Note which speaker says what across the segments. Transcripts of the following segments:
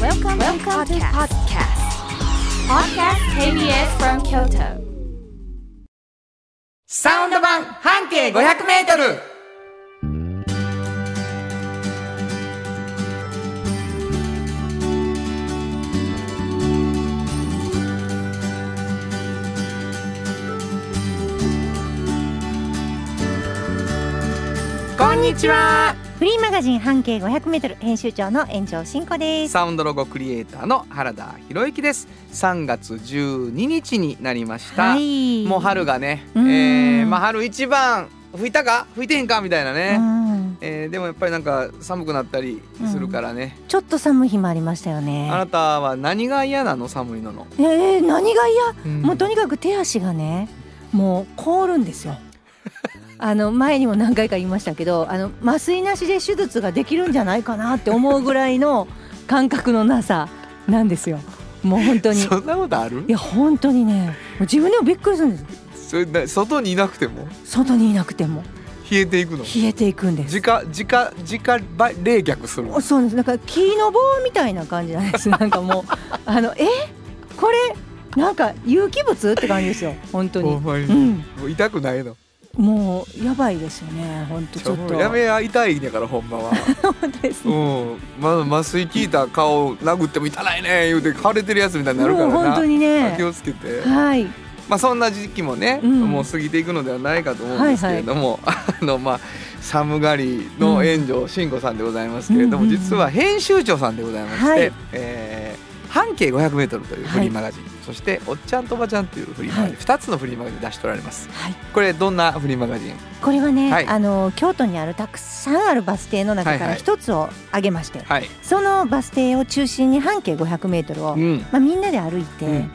Speaker 1: Welcome, Welcome to podcast. Podcast KBS from Kyoto.
Speaker 2: サウンド版半径500メートルこんにちは
Speaker 3: フリーマガジン半径 500m 編集長の円城信子です。
Speaker 2: サウンドロゴクリエイターの原田博之です3月12日になりました、
Speaker 3: い
Speaker 2: もう春がね、え
Speaker 3: うん
Speaker 2: ーまあ、春一番吹いたか吹いてへんかみたいなね、
Speaker 3: うん
Speaker 2: えーでもやっぱりなんか寒くなったりするからね、
Speaker 3: ちょっと寒い日もありましたよね
Speaker 2: あ。なたは何が嫌なの寒いのの、
Speaker 3: えー、何が嫌、もうと
Speaker 2: に
Speaker 3: にかく手足がね、もう凍るんです よ。あの前にも何回か言いましたけど、あの麻酔なしで手術ができるんじゃないかなって思うぐらいの感覚のなさなんですよ。もう本当に。
Speaker 2: そんなことある
Speaker 3: いや本当にね、もう自分でもびっくりするんです。
Speaker 2: それな外にいなくても
Speaker 3: 外にいなくても
Speaker 2: 冷えていくの
Speaker 3: 冷えていくんです。
Speaker 2: 自家自家自家ば冷却するの
Speaker 3: そうです。なんか木の棒みたいな感じなん です。なんかもうあのえこれなんか有機物って感じですよ。本当
Speaker 2: ほ
Speaker 3: に
Speaker 2: ん。まに、
Speaker 3: うん
Speaker 2: もう痛くないの
Speaker 3: もうやばいですよね。本当ちょっ
Speaker 2: も
Speaker 3: と。
Speaker 2: うやめや痛いんやからほん まは
Speaker 3: 本当です
Speaker 2: う
Speaker 3: ね。
Speaker 2: んまだ麻酔効いた顔殴っても痛ないね言うて腫れてるやつみたいになるから
Speaker 3: もう本
Speaker 2: な
Speaker 3: 当にね
Speaker 2: 気。をつけて
Speaker 3: はい。
Speaker 2: まあ、そんな時期もね、
Speaker 3: うん
Speaker 2: もう過ぎていくのではないかと思うんですけれども、 あのまあ寒がりの炎上慎吾さんでございますけれども、
Speaker 3: うんうんうん
Speaker 2: 実は編集長さんでございまして、
Speaker 3: はい
Speaker 2: えー半径 500m というフリーマガジン、そして「おっちゃんとおばちゃん」というフリーマガジン、
Speaker 3: はい
Speaker 2: 2つのフリーマガジン出しておられます
Speaker 3: はい。
Speaker 2: これどんなフリーマガジン
Speaker 3: これはね、
Speaker 2: はい
Speaker 3: あの京都にあるたくさんあるバス停の中
Speaker 2: はい
Speaker 3: か
Speaker 2: は
Speaker 3: ら
Speaker 2: い
Speaker 3: 一つを挙げまして、
Speaker 2: はい、
Speaker 3: そのバス停を中心に半径500メートルを、
Speaker 2: うん、
Speaker 3: まあみんなで歩いて、
Speaker 2: うん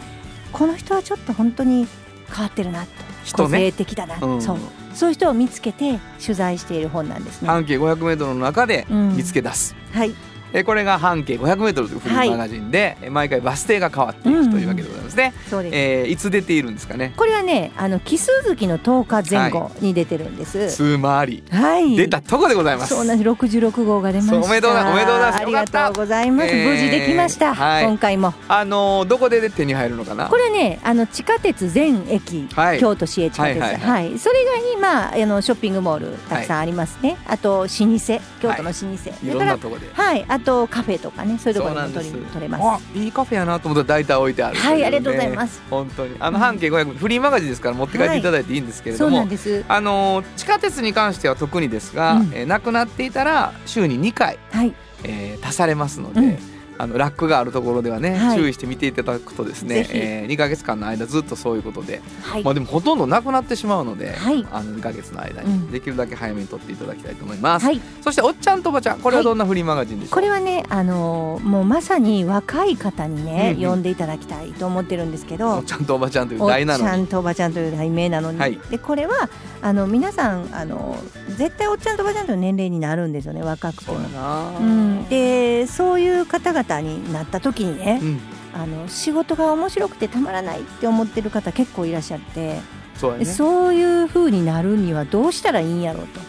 Speaker 3: この人はちょっと本当に変わってるなと。
Speaker 2: 人
Speaker 3: 個
Speaker 2: ね
Speaker 3: 性的だな、
Speaker 2: うん
Speaker 3: そうそういう人を見つけて取材している本なんですね。
Speaker 2: 半径 500m の中で
Speaker 3: うん
Speaker 2: 見つけ出す、
Speaker 3: はい、
Speaker 2: えーこれが半径 500m というフリーマガジンで、えー毎回バス停が変わっていくというわけでございますね、
Speaker 3: そうです。
Speaker 2: えーいつ出ているんですかね
Speaker 3: これはね、あの奇数月の10日前後に出てるんです。
Speaker 2: つまり
Speaker 3: はい。
Speaker 2: 出たとこでございます。
Speaker 3: そうなんです。66号が出ました。
Speaker 2: そうおめでとうなおめでとうございます
Speaker 3: あり
Speaker 2: よかっ
Speaker 3: が
Speaker 2: た
Speaker 3: とうございます。
Speaker 2: えー
Speaker 3: 無事できました。
Speaker 2: はい
Speaker 3: 今回も。
Speaker 2: あのーどこで手に入るのかな。
Speaker 3: これはね、あの地下鉄全駅、
Speaker 2: はい
Speaker 3: 京都市営地下鉄、
Speaker 2: は
Speaker 3: はいい
Speaker 2: はいは
Speaker 3: それ以外にまああのショッピングモールたくさんありますね。あと老舗、京都の老舗、そ
Speaker 2: い
Speaker 3: れ
Speaker 2: ろ
Speaker 3: か
Speaker 2: んな
Speaker 3: ら
Speaker 2: とこで。
Speaker 3: はい、あとカフェとかね、そういうところにも
Speaker 2: そう
Speaker 3: 取
Speaker 2: なん
Speaker 3: り
Speaker 2: です
Speaker 3: 取れます。
Speaker 2: あ、いいカフェやなと思ったら大体置いてある、
Speaker 3: はいありがとうございます。
Speaker 2: 本当にあの
Speaker 3: うん
Speaker 2: 半径500、フリーマガジンですから持って帰っていただいていいんですけれ
Speaker 3: そ
Speaker 2: ど
Speaker 3: う
Speaker 2: も、
Speaker 3: なんです。
Speaker 2: あのー地下鉄に関しては特にですが、
Speaker 3: うん
Speaker 2: えーなくなっていたら週に2回、
Speaker 3: はい。
Speaker 2: えー足されますので。
Speaker 3: うん
Speaker 2: あのラックがあるところではね、
Speaker 3: はい
Speaker 2: 注意して見ていただくとです
Speaker 3: ぜ
Speaker 2: ね、
Speaker 3: ひ
Speaker 2: え2ヶ月間の間ずっとそういうことで、
Speaker 3: はい
Speaker 2: まあ、でもほとんどなくなってしまうので、
Speaker 3: はい
Speaker 2: あの2ヶ月の間
Speaker 3: う
Speaker 2: に
Speaker 3: ん
Speaker 2: できるだけ早めに撮っていただきたいと思います。
Speaker 3: はい、
Speaker 2: そしておっちゃんとおばちゃんこれ
Speaker 3: は
Speaker 2: は
Speaker 3: い
Speaker 2: どんなフリーマガジンでしょう、
Speaker 3: これはね、あのーもうまさに若い方にね、
Speaker 2: うんうん
Speaker 3: 呼んでいただきたいと思ってるんですけ
Speaker 2: おっ
Speaker 3: ど。
Speaker 2: ちゃんとおばちゃんという
Speaker 3: おっ
Speaker 2: 題
Speaker 3: ち
Speaker 2: なの
Speaker 3: ゃ
Speaker 2: に
Speaker 3: んとおばちゃんという題名なのに、
Speaker 2: はい
Speaker 3: でこれはあの皆さんあの絶対おっちゃんとおばちゃんという年齢になるんですよね若くて
Speaker 2: そう
Speaker 3: も
Speaker 2: や。な、
Speaker 3: うん、でそういう方々になった時にね、
Speaker 2: うん
Speaker 3: あの仕事が面白くてたまらないって思ってる方結構いらっしゃって、
Speaker 2: そうやね
Speaker 3: そういう風になるにはどうしたらいいんやろうと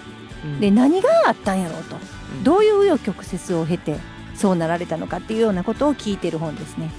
Speaker 2: うん
Speaker 3: で何があったんやろうと、
Speaker 2: うん
Speaker 3: どういう紆余曲折を経てそうなられたのかっていうようなことを聞いてる本ですね。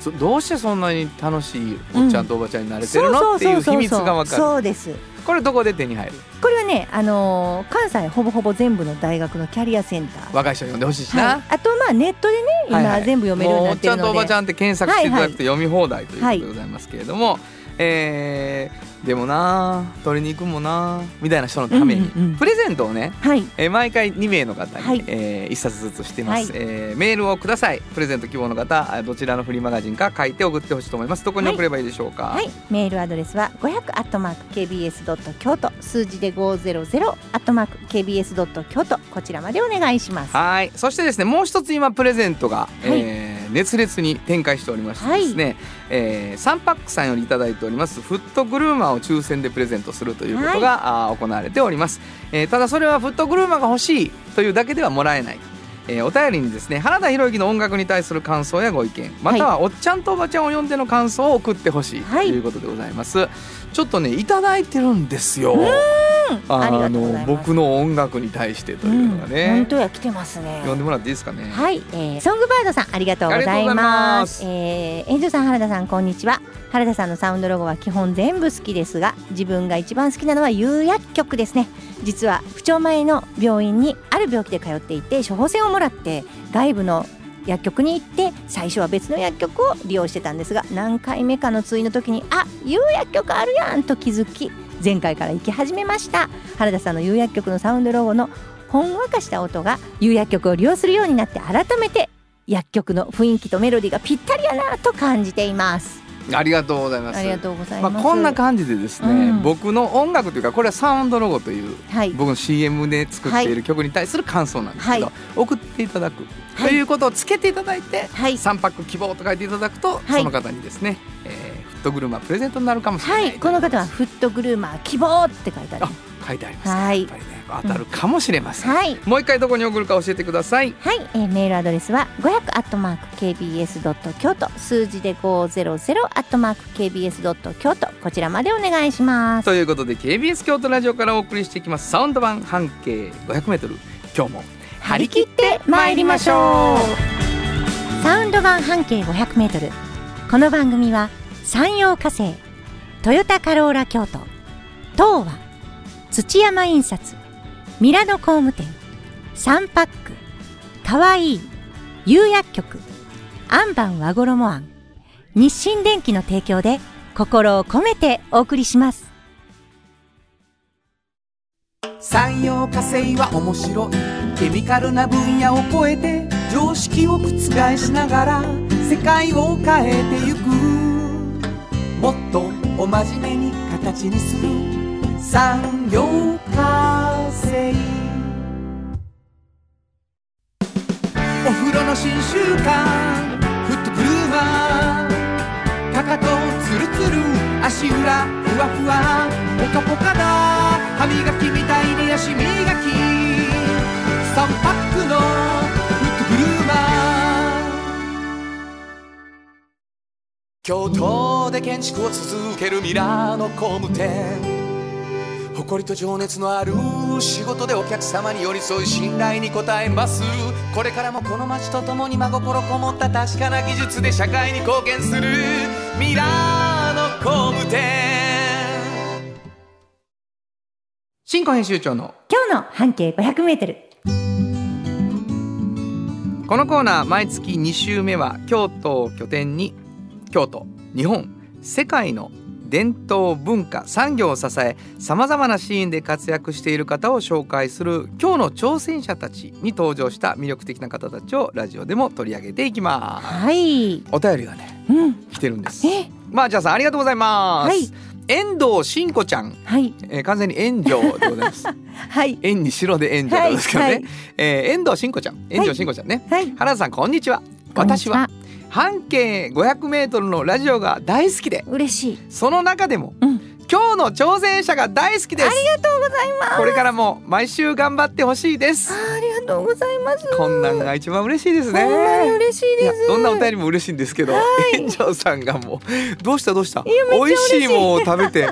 Speaker 2: そどうしてそんなに楽しいおっちゃんとおばちゃんになれてるの、
Speaker 3: そ
Speaker 2: っていう秘密
Speaker 3: そう
Speaker 2: がわかる
Speaker 3: そうです
Speaker 2: これどこで手に入る
Speaker 3: これはね、あのー関西ほぼほぼ全部の大学のキャリアセンター、
Speaker 2: 若い人に読んでほしいし
Speaker 3: はい
Speaker 2: な、、
Speaker 3: あとまあネットでね今、
Speaker 2: はいはい
Speaker 3: 全部読めるように
Speaker 2: もう
Speaker 3: な
Speaker 2: おっ
Speaker 3: っ
Speaker 2: ち
Speaker 3: てる
Speaker 2: ゃんと
Speaker 3: の
Speaker 2: おばち
Speaker 3: で。
Speaker 2: ゃんって検索していただくと読み放題というこ
Speaker 3: は
Speaker 2: と
Speaker 3: い
Speaker 2: でございますけれども、えーでもな取りに行くもなみたいな人のために、
Speaker 3: うんうんうん
Speaker 2: プレゼントをね
Speaker 3: はい、
Speaker 2: えー毎回2名の方に、
Speaker 3: はい
Speaker 2: え1冊ずつしてます、
Speaker 3: は
Speaker 2: えーメールをくださいプレゼント希望の方あどちらのフリーマガジンか書いて送ってほしいと思いますどこに送ればいいでしょうか、
Speaker 3: はい、メールアドレスは5 0 0 k b s 京都数字で5 0 0 k b s 京都こちらまでお願いします。
Speaker 2: はいそしてですねもう一つ今プレゼントが、
Speaker 3: はい
Speaker 2: えー熱烈に展開しておりましてですね、えーサンパックさんよりいただいておりますフットグルーマーを抽選でプレゼントするということが、あー行われております、えーただそれはフットグルーマーが欲しいというだけではもらえないえーお便りにですね原田博之の音楽に対する感想やご意見またはおっちゃんとおばちゃんを呼んでの感想を送ってほしいと
Speaker 3: はい
Speaker 2: いうことでございます、ちょっとねいただいてるんですよ
Speaker 3: うん、ありがとうござい
Speaker 2: の
Speaker 3: ます。
Speaker 2: 僕の音楽に対してというのが
Speaker 3: うん本
Speaker 2: ね、
Speaker 3: 当や来てますね。
Speaker 2: 呼んでもらっていいですかね。
Speaker 3: はい、えー、ソングバードさんありがとうございます。
Speaker 2: あ
Speaker 3: えー、エンジョさん原田さんこんにちは。原田さんのサウンドロゴは基本全部好きですが、自分が一番好きなのは有薬局ですね。実は不調前の病院にある病気で通っていて処方箋をもらって外部の薬局に行って最初は別の薬局を利用してたんですが何回目かの通院の時にあ有薬局あるやんと気づき前回から行き始めました原田さんの有薬局のサウンドロゴのほんわかした音が有薬局を利用するようになって改めて薬局の雰囲気とメロディーがぴったりやなと感じています
Speaker 2: ありがとうございます。
Speaker 3: ありがとうござい
Speaker 2: ま
Speaker 3: ま
Speaker 2: あ
Speaker 3: す、
Speaker 2: こんな感じでですね、
Speaker 3: うん
Speaker 2: 僕の音楽というかこれはサウンドロゴという
Speaker 3: はい
Speaker 2: 僕の CM で作っている曲に対する感想なんですけど、
Speaker 3: は
Speaker 2: 送っていただく
Speaker 3: はい
Speaker 2: ということをつけていただいて、
Speaker 3: はい
Speaker 2: 三3パック希望と書いていただくと、
Speaker 3: はい
Speaker 2: その方にですね、えーフットグルマプレゼントになるかもしれ
Speaker 3: は
Speaker 2: な、
Speaker 3: いいこの方はフットグルーマー希望って書いてある
Speaker 2: あ書いてあります、
Speaker 3: はい
Speaker 2: やっぱりね当たるかもしれません、
Speaker 3: はい
Speaker 2: もう一回どこに送るか教えてください
Speaker 3: はい、えーメールアドレスは500アットマーク kbs ドット京都数字で500アットマーク kbs ドット京都こちらまでお願いします。
Speaker 2: ということで KBS 京都ラジオからお送りしていきますサウンド版半径 500m 今日も張り切って参りましょう
Speaker 3: サウンド版半径500メートル。この番組は山陽火星、トヨタカローラ京都、東和、土山印刷、ミラノ工務店、サンパック、かわいい、釉薬局、アンバン和衣庵、日清電機の提供で心を込めてお送りします。
Speaker 4: 産業化成は面白いケミカルな分野を超えて常識を覆しながら世界を変えてゆくもっとお真面目に形にする産業化成お風呂の新習慣フットグルーマーかかとツルツル足裏ふわふわポカポカだ歯磨きみたいに足磨き3パックのフットグルーマー京都で建築を続けるミラーの工務店誇りと情熱のある仕事でお客様に寄り添い信頼に応えますこれからもこの街とともに真心こもった確かな技術で社会に貢献するミラーの工務店
Speaker 2: 新庫編集長の
Speaker 3: 今日の半径500メートル。
Speaker 2: このコーナー毎月2週目は京都を拠点に京都日本世界の伝統文化産業を支えさまざまなシーンで活躍している方を紹介する今日の挑戦者たちに登場した魅力的な方たちをラジオでも取り上げていきます
Speaker 3: はい。
Speaker 2: お便りがね
Speaker 3: うん。
Speaker 2: 来てるんです
Speaker 3: え、
Speaker 2: まあじゃあさんありがとうございます、
Speaker 3: はい
Speaker 2: 遠藤真子ちゃん、
Speaker 3: はい。
Speaker 2: えー完全に遠慮でございます
Speaker 3: はい。
Speaker 2: 円に白で遠慮なんですけどね、
Speaker 3: はいはい
Speaker 2: えー遠藤真子ちゃん遠藤真子ちゃんね、
Speaker 3: はい。
Speaker 2: 原田さんこんにちは私は
Speaker 3: こんにち
Speaker 2: 半径 500m のラジオが大好きで
Speaker 3: は。嬉しい。
Speaker 2: その中でも
Speaker 3: うん。
Speaker 2: 今日の挑戦者が大好きです
Speaker 3: ありがとうございます。
Speaker 2: これからも毎週頑張ってほしいです
Speaker 3: ありがとうございます。
Speaker 2: こんなんが一番嬉しいですね
Speaker 3: ほんまに嬉しい
Speaker 2: いや
Speaker 3: です。
Speaker 2: どんなお便りも嬉しいんですけど、
Speaker 3: はい
Speaker 2: 園長さんがもうどうしたどうした
Speaker 3: いやめっちゃ
Speaker 2: 美味
Speaker 3: 嬉しい
Speaker 2: しいものを食べ て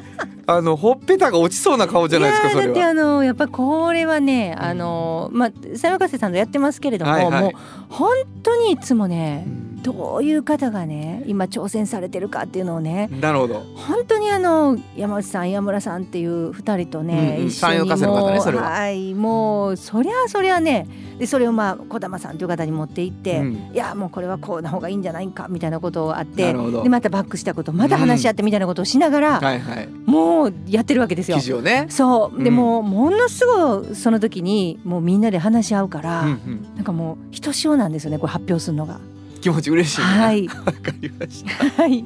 Speaker 2: あのほっぺたが落ちそうな顔じゃないですか
Speaker 3: や
Speaker 2: そ
Speaker 3: ー
Speaker 2: れ
Speaker 3: だって
Speaker 2: は
Speaker 3: あのやっぱこれはねあのまあ佐野瀬さんとやってますけれども、
Speaker 2: はいはい
Speaker 3: もう本当にいつもね
Speaker 2: うん
Speaker 3: どういう方がね今挑戦されてるかっていうのをね
Speaker 2: なるほど
Speaker 3: 本当にあの山内さん岩村さんっていう二人とね、
Speaker 2: うんうん
Speaker 3: 一緒に
Speaker 2: 山陽火星の方
Speaker 3: もう
Speaker 2: ねそれは
Speaker 3: はいもうそりゃそりゃねでそれをまあ小玉さんという方に持って行って、
Speaker 2: うん
Speaker 3: いやもうこれはこうな方がいいんじゃないかみたいなことがあっ
Speaker 2: な
Speaker 3: て
Speaker 2: るほど
Speaker 3: でまたバックしたことまた話し合ってみたいなことをしながら、
Speaker 2: はいはい
Speaker 3: もうやってるわけですよ
Speaker 2: 記。事をね
Speaker 3: そうで
Speaker 2: うん
Speaker 3: もうものすごいその時にもうみんなで話し合うから、
Speaker 2: うんうん
Speaker 3: なんかもうひとしおなんですよねこれ発表するのが。
Speaker 2: 気持ち嬉しいね
Speaker 3: はい
Speaker 2: わかりました
Speaker 3: はい。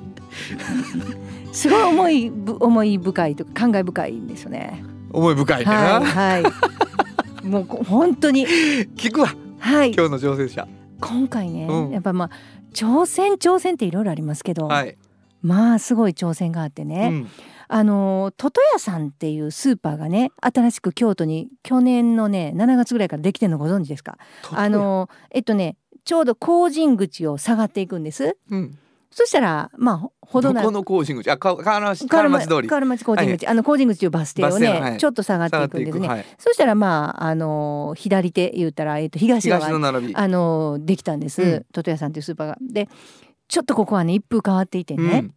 Speaker 3: すごい思いぶ思い深いとか感慨深いんですよね。
Speaker 2: 思い深いね、
Speaker 3: はいはい。もうこ本当に
Speaker 2: 聞くわ
Speaker 3: はい。
Speaker 2: 今日の挑戦者
Speaker 3: 今回ね、
Speaker 2: うん
Speaker 3: やっぱまあ挑戦挑戦っていろいろありますけど、
Speaker 2: はい、
Speaker 3: まあすごい挑戦があって
Speaker 2: う
Speaker 3: ね、
Speaker 2: ん、
Speaker 3: あのトトヤさんっていうスーパーがね新しく京都に去年のね7月ぐらいからできてるのご存知ですかあのえっとねちょうど工人口を下がっていくんです。
Speaker 2: うん
Speaker 3: そしたらまあほほど
Speaker 2: ど
Speaker 3: な
Speaker 2: このコーチング口あか河原町河原町通り
Speaker 3: 河原町コーチング口、あのコーチング口というバス停を
Speaker 2: バス
Speaker 3: ね、
Speaker 2: 停のはい
Speaker 3: ちょっと下がっていくんですね、
Speaker 2: はい、
Speaker 3: そしたらまああのー左手言ったらえっと東側
Speaker 2: 東の並び
Speaker 3: あのーできたんです、
Speaker 2: うん
Speaker 3: トトヤさんというスーパーがでちょっとここはね一風変わっていて
Speaker 2: う
Speaker 3: ね、
Speaker 2: ん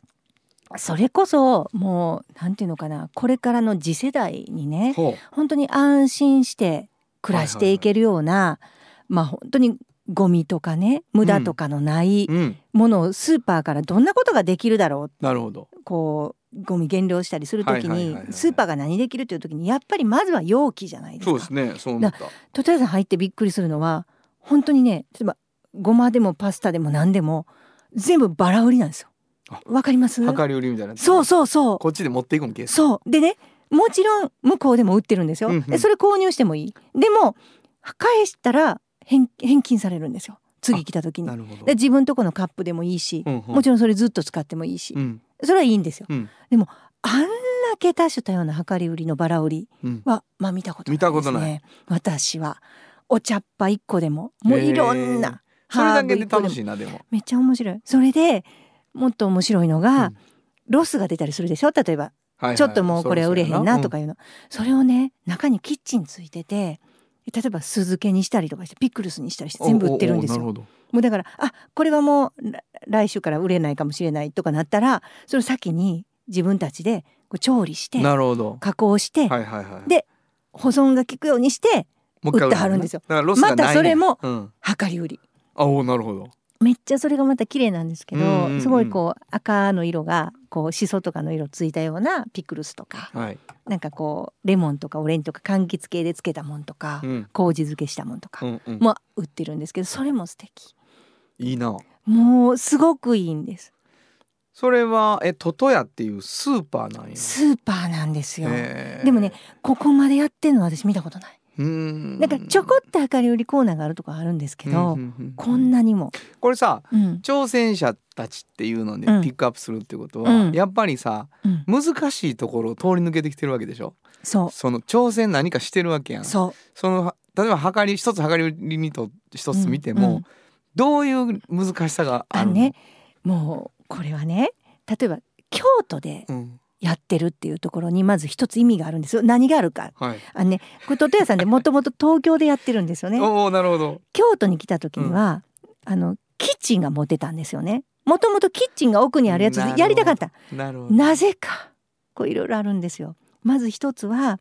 Speaker 3: それこそもうなんていうのかなこれからの次世代にね
Speaker 2: ほ、
Speaker 3: 本当に安心して暮らしていけるような、まあ本当にゴミとかね無駄とかのないう
Speaker 2: うん、
Speaker 3: ものをスーパーからどんなことができるだろう
Speaker 2: なるほど
Speaker 3: こうゴミ減量したりするとき
Speaker 2: はいはいはい
Speaker 3: に
Speaker 2: はいはい
Speaker 3: スーパーが何できるというときにやっぱりまずは容器じゃないです
Speaker 2: そ
Speaker 3: か
Speaker 2: うで。すねそう思った
Speaker 3: とりあえず入ってびっくりするのは本当にね例えばごまでもパスタでも何でも全部バラ売りなんですよ
Speaker 2: あ。
Speaker 3: わかります
Speaker 2: 量り売りみたいな
Speaker 3: そうそうそう
Speaker 2: こっちで持っていくのケース
Speaker 3: そうでねもちろん向こうでも売ってるんですよ。
Speaker 2: うんうん
Speaker 3: でそれ購入してもいい。でも返したら返返金されるんですよ次来た時に
Speaker 2: な。るほど
Speaker 3: で自分とこのカップでもいいし、
Speaker 2: うんうん
Speaker 3: もちろんそれずっと使ってもいいし、
Speaker 2: うん
Speaker 3: それはいいんですよ。
Speaker 2: うん
Speaker 3: あんだけ多種多様な量り売りのバラ売り
Speaker 2: うん
Speaker 3: は、まあ、見たことない
Speaker 2: 見
Speaker 3: です、ね、
Speaker 2: たことない
Speaker 3: 私はお茶っ葉一個でももういろんな、
Speaker 2: それだけで楽
Speaker 3: ハーブ一個
Speaker 2: しいなでも
Speaker 3: めっちゃ面白いそれでもっと面白いのが、
Speaker 2: うん
Speaker 3: ロスが出たりするでしょ例えば
Speaker 2: はいはい
Speaker 3: ちょっともうこれは売れへんなと
Speaker 2: か
Speaker 3: かいうの、それをね中にキッチンついてて例えば酢漬けにしたりとかしてピクルスにしたりして全部売ってるんですよ
Speaker 2: なるほど
Speaker 3: もうだからあこれはもうら来週から売れないかもしれないとかなったらそれを先に自分たちでこう調理して
Speaker 2: なるほど
Speaker 3: 加工して、
Speaker 2: はいはいはい
Speaker 3: で保存が効くようにして
Speaker 2: もう一回
Speaker 3: 売ってはるんですよ
Speaker 2: だからロスがないね
Speaker 3: またそれも
Speaker 2: うん
Speaker 3: 量り売り
Speaker 2: あおーなるほど
Speaker 3: めっちゃそれがまた綺麗なんですけど、
Speaker 2: うんうんうん
Speaker 3: すごいこう赤の色がこうシソとかの色ついたようなピクルスとか
Speaker 2: はい
Speaker 3: なんかこうレモンとかオレンジとか柑橘系でつけたもんとか、
Speaker 2: うん
Speaker 3: 麹漬けしたもんとか、
Speaker 2: うんうん
Speaker 3: も売ってるんですけどそれも素敵
Speaker 2: いいな
Speaker 3: もうすごくいいんです
Speaker 2: それはえトトヤっていうスーパーなんや
Speaker 3: スーパーなんですよ、
Speaker 2: へー
Speaker 3: でもねここまでやってんの私見たことない。
Speaker 2: うん
Speaker 3: なんかちょこっと明かり売りコーナーがあるとこあるんですけど、
Speaker 2: うんうんうん
Speaker 3: こんなにも、
Speaker 2: これさ
Speaker 3: うん
Speaker 2: 挑戦者たちっていうので
Speaker 3: うん
Speaker 2: ピックアップするってことは、
Speaker 3: うん
Speaker 2: やっぱりさ
Speaker 3: うん
Speaker 2: 難しいところを通り抜けてきてるわけでしょ
Speaker 3: そ
Speaker 2: その挑戦何かしてるわけや
Speaker 3: うん
Speaker 2: そ
Speaker 3: そ
Speaker 2: の例えばはかり一つはかり売りにと
Speaker 3: う
Speaker 2: 一つ見て
Speaker 3: うん
Speaker 2: も、
Speaker 3: うん
Speaker 2: どういう難しさが
Speaker 3: あ
Speaker 2: ある
Speaker 3: の
Speaker 2: の
Speaker 3: ねもうこれはね例えば京都で
Speaker 2: うん
Speaker 3: やってるっていうところにまず一つ意味があるんですよ何があるか
Speaker 2: はい、
Speaker 3: あのねこれトト屋さんでもともと東京でやってるんですよね
Speaker 2: おおなるほど
Speaker 3: 京都に来た時には、あのキッチンが持ってたんですよねもともとキッチンが奥にあるやつ
Speaker 2: なるほど
Speaker 3: やりたかった
Speaker 2: なるほど
Speaker 3: なぜかこういろいろあるんですよまず一つは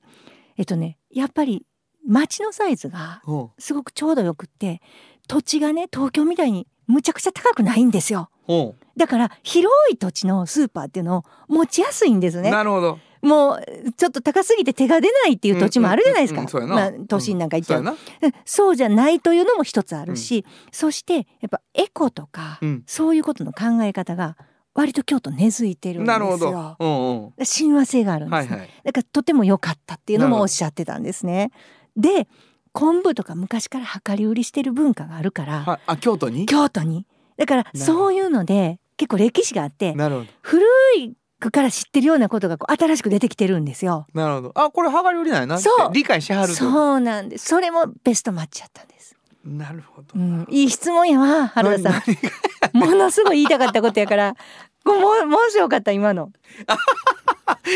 Speaker 3: えっとねやっぱり町のサイズが
Speaker 2: ほう
Speaker 3: すごくちょうどよくって土地がね東京みたいにむちゃくちゃ高くないんですよ
Speaker 2: ほ
Speaker 3: だから広い土地のスーパーっていうのを持ちやすいんです
Speaker 2: う、
Speaker 3: ね
Speaker 2: なるほど
Speaker 3: もうちょっと高すぎて手が出ないっていう土地もあるじゃないです
Speaker 2: うん
Speaker 3: か
Speaker 2: うんうんうんそう
Speaker 3: ま
Speaker 2: や
Speaker 3: あ
Speaker 2: な
Speaker 3: 都心なんか行っち
Speaker 2: そ
Speaker 3: ゃ
Speaker 2: うや
Speaker 3: う
Speaker 2: な
Speaker 3: うんそうじゃないというのも一つあるし、そしてやっぱエコとか、
Speaker 2: うん
Speaker 3: そういうことの考え方が割と京都根付いてるんです
Speaker 2: なるほ
Speaker 3: よ
Speaker 2: ど。うん
Speaker 3: 親和性がある
Speaker 2: うんん
Speaker 3: です、ね
Speaker 2: はいはい
Speaker 3: だからとても良かったっていうの
Speaker 2: なる
Speaker 3: も
Speaker 2: ほど
Speaker 3: おっしゃってたんですね。で昆布とか昔から量り売りしてる文化があるから、
Speaker 2: はいあ京都に
Speaker 3: 京都にだから
Speaker 2: ど
Speaker 3: そういうので結構歴史があって
Speaker 2: なるほど
Speaker 3: 古いから知ってるようなことがこう新しく出てきてるんですよ。
Speaker 2: なるほどあこれはがり売りなんやなって
Speaker 3: そう
Speaker 2: 理解しはると
Speaker 3: そうなんです。それもベストマッチやったんです。
Speaker 2: なるほど、
Speaker 3: うん、いい質問やわ原田さん。
Speaker 2: 何何
Speaker 3: ものすごい言いたかったことやから、ごもうもしよかった今の。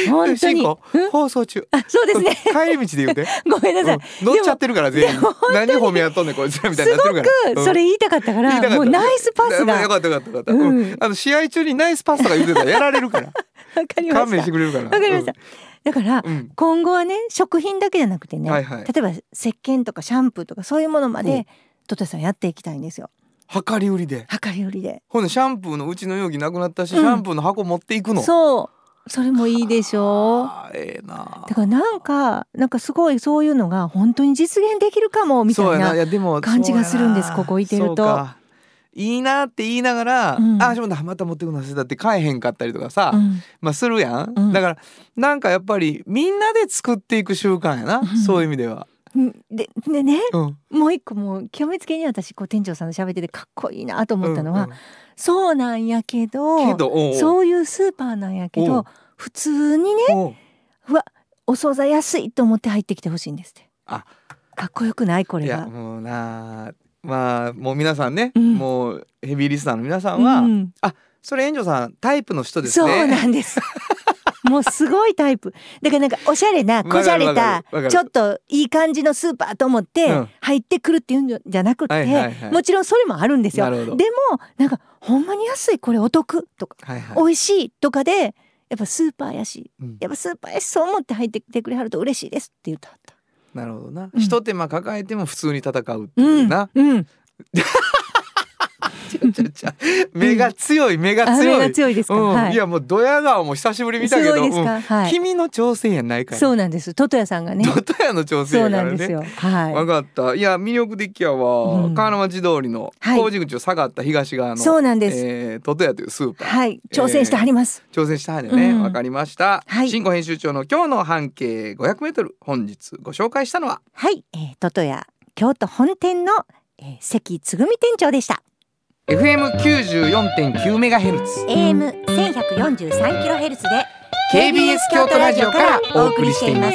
Speaker 3: 本当
Speaker 2: 進
Speaker 3: に。
Speaker 2: 行放送中
Speaker 3: あそうですね。
Speaker 2: 帰り道で言 うて
Speaker 3: ごめんなさい。
Speaker 2: うん乗っちゃってるから全員
Speaker 3: でも
Speaker 2: 何褒めやっとんねんこいつらみたいになってるから
Speaker 3: すごくそれ言いたかったか
Speaker 2: 言いた
Speaker 3: ら、
Speaker 2: かった
Speaker 3: もうナイスパスがわ
Speaker 2: よかったよかったよかった、うん
Speaker 3: うん
Speaker 2: あの試合中にナイスパスとか言ってたらやられるから
Speaker 3: かりま
Speaker 2: 勘
Speaker 3: し
Speaker 2: 弁
Speaker 3: た
Speaker 2: して。くれるから
Speaker 3: わかりました。だから
Speaker 2: うん、うん
Speaker 3: 今後はね食品だけじゃなくてね、
Speaker 2: はいはい
Speaker 3: 例えば石鹸とかシャンプーとかそういうものま
Speaker 2: うん
Speaker 3: で、トトさんやっていきたいんですよ。
Speaker 2: 量り売りで
Speaker 3: 量り売りで。
Speaker 2: ほんでシャンプーのうちの容器なくなったし、
Speaker 3: うん
Speaker 2: シャンプーの箱持っていくのう
Speaker 3: そう、それもいいでしょう。
Speaker 2: ええな
Speaker 3: だからなんかなんかすごいそういうのが本当に実現できるかもみた
Speaker 2: そう
Speaker 3: い
Speaker 2: や
Speaker 3: な
Speaker 2: ないやでも
Speaker 3: 感じがするんです
Speaker 2: そうやな
Speaker 3: ここいてると
Speaker 2: そうかいいなって言いながら、
Speaker 3: うん
Speaker 2: あしもだまた持ってくの忘れたって買えへんかったりとかさ、
Speaker 3: うん
Speaker 2: まあするやん、
Speaker 3: うん
Speaker 2: だからなんかやっぱりみんなで作っていく習慣やな、
Speaker 3: ん
Speaker 2: そういう意味では、
Speaker 3: ででね
Speaker 2: うん、
Speaker 3: もう一個もう極めつけに私こう店長さんと喋っててかっこいいなと思ったのは、
Speaker 2: うんうん
Speaker 3: そうなんやけど
Speaker 2: けどおうおう
Speaker 3: そういうスーパーなんやけ
Speaker 2: おう
Speaker 3: ど普通にね
Speaker 2: おう
Speaker 3: うわお惣菜安いと思って入ってきてほしいんですって
Speaker 2: あ
Speaker 3: かっこよくないこ
Speaker 2: い
Speaker 3: れ
Speaker 2: や
Speaker 3: が。
Speaker 2: もうなまあもう皆さんね、
Speaker 3: うん
Speaker 2: もうヘビーリスナーの皆さんは、
Speaker 3: うん
Speaker 2: あそれ園長さんタイプの人です
Speaker 3: そ
Speaker 2: ね
Speaker 3: うなんです。もうすごいタイプ。だからなんかおしゃれな、
Speaker 2: わかる
Speaker 3: こじゃれ
Speaker 2: わ
Speaker 3: た
Speaker 2: かるわかる、
Speaker 3: ちょっといい感じのスーパーと思っ
Speaker 2: うん
Speaker 3: て入ってくるっていうんじゃなくて、
Speaker 2: はいはいはい
Speaker 3: もちろんそれもあるんですよ。
Speaker 2: なる
Speaker 3: で
Speaker 2: ほど
Speaker 3: もなんかほんまに安いこれお得とか、
Speaker 2: はいはい
Speaker 3: 美味しいとかで、やっぱスーパーやし、
Speaker 2: うん
Speaker 3: やっぱスーパーやしそう思って入ってきてくれはると嬉しいですって言ったった。
Speaker 2: なるほどな、
Speaker 3: うん
Speaker 2: ひと手間抱えても普通に戦うって
Speaker 3: う、
Speaker 2: いうんな、
Speaker 3: うん、
Speaker 2: ちょちょ目が強い目が
Speaker 3: あ
Speaker 2: 強
Speaker 3: れ
Speaker 2: い
Speaker 3: が強いですか。
Speaker 2: うん、
Speaker 3: はいい。
Speaker 2: やもうドヤ顔も久しぶり見たけど、
Speaker 3: 強いです
Speaker 2: うん
Speaker 3: か。はい。
Speaker 2: 君の挑戦やないから
Speaker 3: そうなんです。トトヤさんがね。
Speaker 2: ドトヤの挑戦
Speaker 3: そ
Speaker 2: や
Speaker 3: う
Speaker 2: か
Speaker 3: な
Speaker 2: ら
Speaker 3: んです
Speaker 2: ね
Speaker 3: よ。は
Speaker 2: 分
Speaker 3: い。
Speaker 2: かったいや魅力的やわ、
Speaker 3: うん
Speaker 2: 河原町通りの
Speaker 3: はい
Speaker 2: 工事口を下がった東側の、
Speaker 3: そうなんです。
Speaker 2: えー、トトヤというスーパー、
Speaker 3: はい、挑戦してはります。
Speaker 2: 挑戦したんでね
Speaker 3: うん
Speaker 2: わ、かりました、
Speaker 3: はい
Speaker 2: 新語編集長の今日の半径 500m 本日ご紹介したのは
Speaker 3: はい、えー、トトヤ京都本店の、えー、関つぐみ店長でした。
Speaker 2: FM94.9 メガヘルツ
Speaker 3: AM 千百四十三キロヘルツで
Speaker 2: KBS 京都ラジオからお送りしています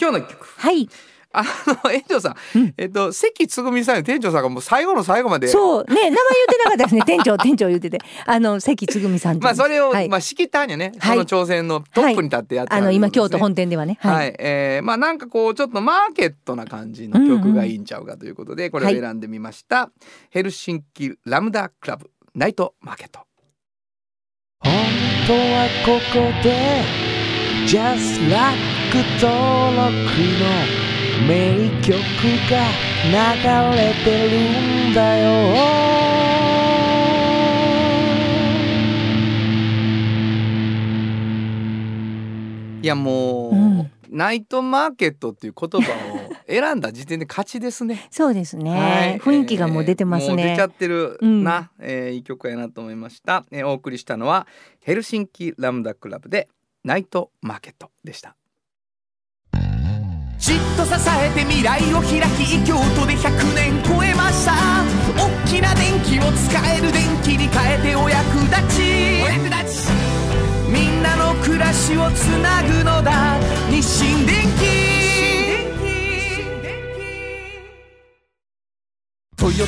Speaker 2: 今日の曲
Speaker 3: はい、
Speaker 2: あの 園長さん、えっと関つぐみさんより店長さんがもう最後の最後まで
Speaker 3: そうね、名前言ってなかった ですね。店長店長言ってて、あの関つぐみさんと。
Speaker 2: まあそれを、
Speaker 3: はい
Speaker 2: まあ仕切ったんやね、
Speaker 3: はい
Speaker 2: その挑戦のトップに立ってやっては
Speaker 3: あ
Speaker 2: る
Speaker 3: の今
Speaker 2: んですね
Speaker 3: 京都本店ではね。
Speaker 2: はい、
Speaker 3: はい。
Speaker 2: えーまあなんかこうちょっとマーケットな感じの曲がいいんちゃうかということで、これを選んでみました、ヘルシンキラムダクラブナイトマーケット
Speaker 4: 本当はここで Just Rock 登録の名曲が流れてるんだよ
Speaker 2: いやもう、
Speaker 3: うん。
Speaker 2: ナイトマーケットっていう言葉を選んだ時点で勝ちですね
Speaker 3: そうです
Speaker 2: はい
Speaker 3: ね。雰囲気がもう出てます
Speaker 2: えーもう出ちゃ
Speaker 3: ね
Speaker 2: っ。てるな、えーいい曲やなと思いました、えーお送りしたのはヘルシンキラムダクラブでナイトマーケットでした。
Speaker 4: じっと支えて未来を開き京都で100年超えました大きな電気を使える電気に変えてお役立ちお役立ちみんなの暮らしをつなぐのだ日清電気トヨ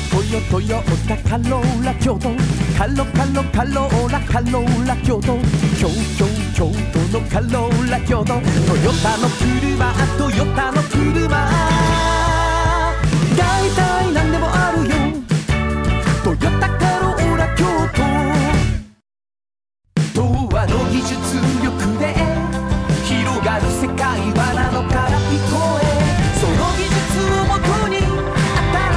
Speaker 4: トヨトヨタカローラ京都カロカロカローラカローラ京都京京京都のカローラ京都トヨタの車トヨタの車大体何でもあるよトヨタカローラ京都童話の技術力で広がる世界はなのから聞こえその技術をもとに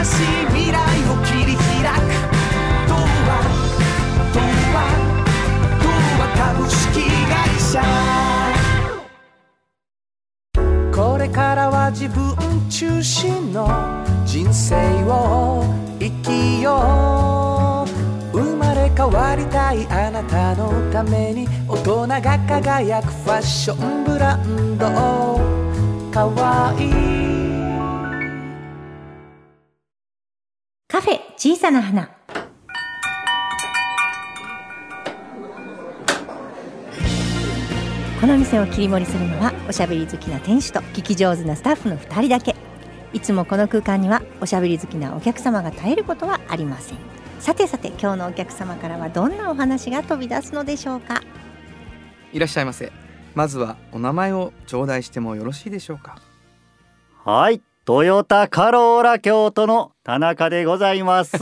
Speaker 4: 新しい未来を切り開く童話童話童話株式会社これからは自分中心の人生を生きよう生まれ変わりたいあなたのために大人が輝くファッションブランドかわいい
Speaker 3: カフェ小さな花。この店を切り盛りするのはおしゃべり好きな店主と聞き上手なスタッフの2人だけいつもこの空間にはおしゃべり好きなお客様が絶えることはありませんさてさて今日のお客様からはどんなお話が飛び出すのでしょうか
Speaker 2: いらっしゃいませ。まずはお名前を頂戴してもよろしいでしょうか。
Speaker 5: はい、トヨタカローラ京都の田中でござ います。
Speaker 3: カ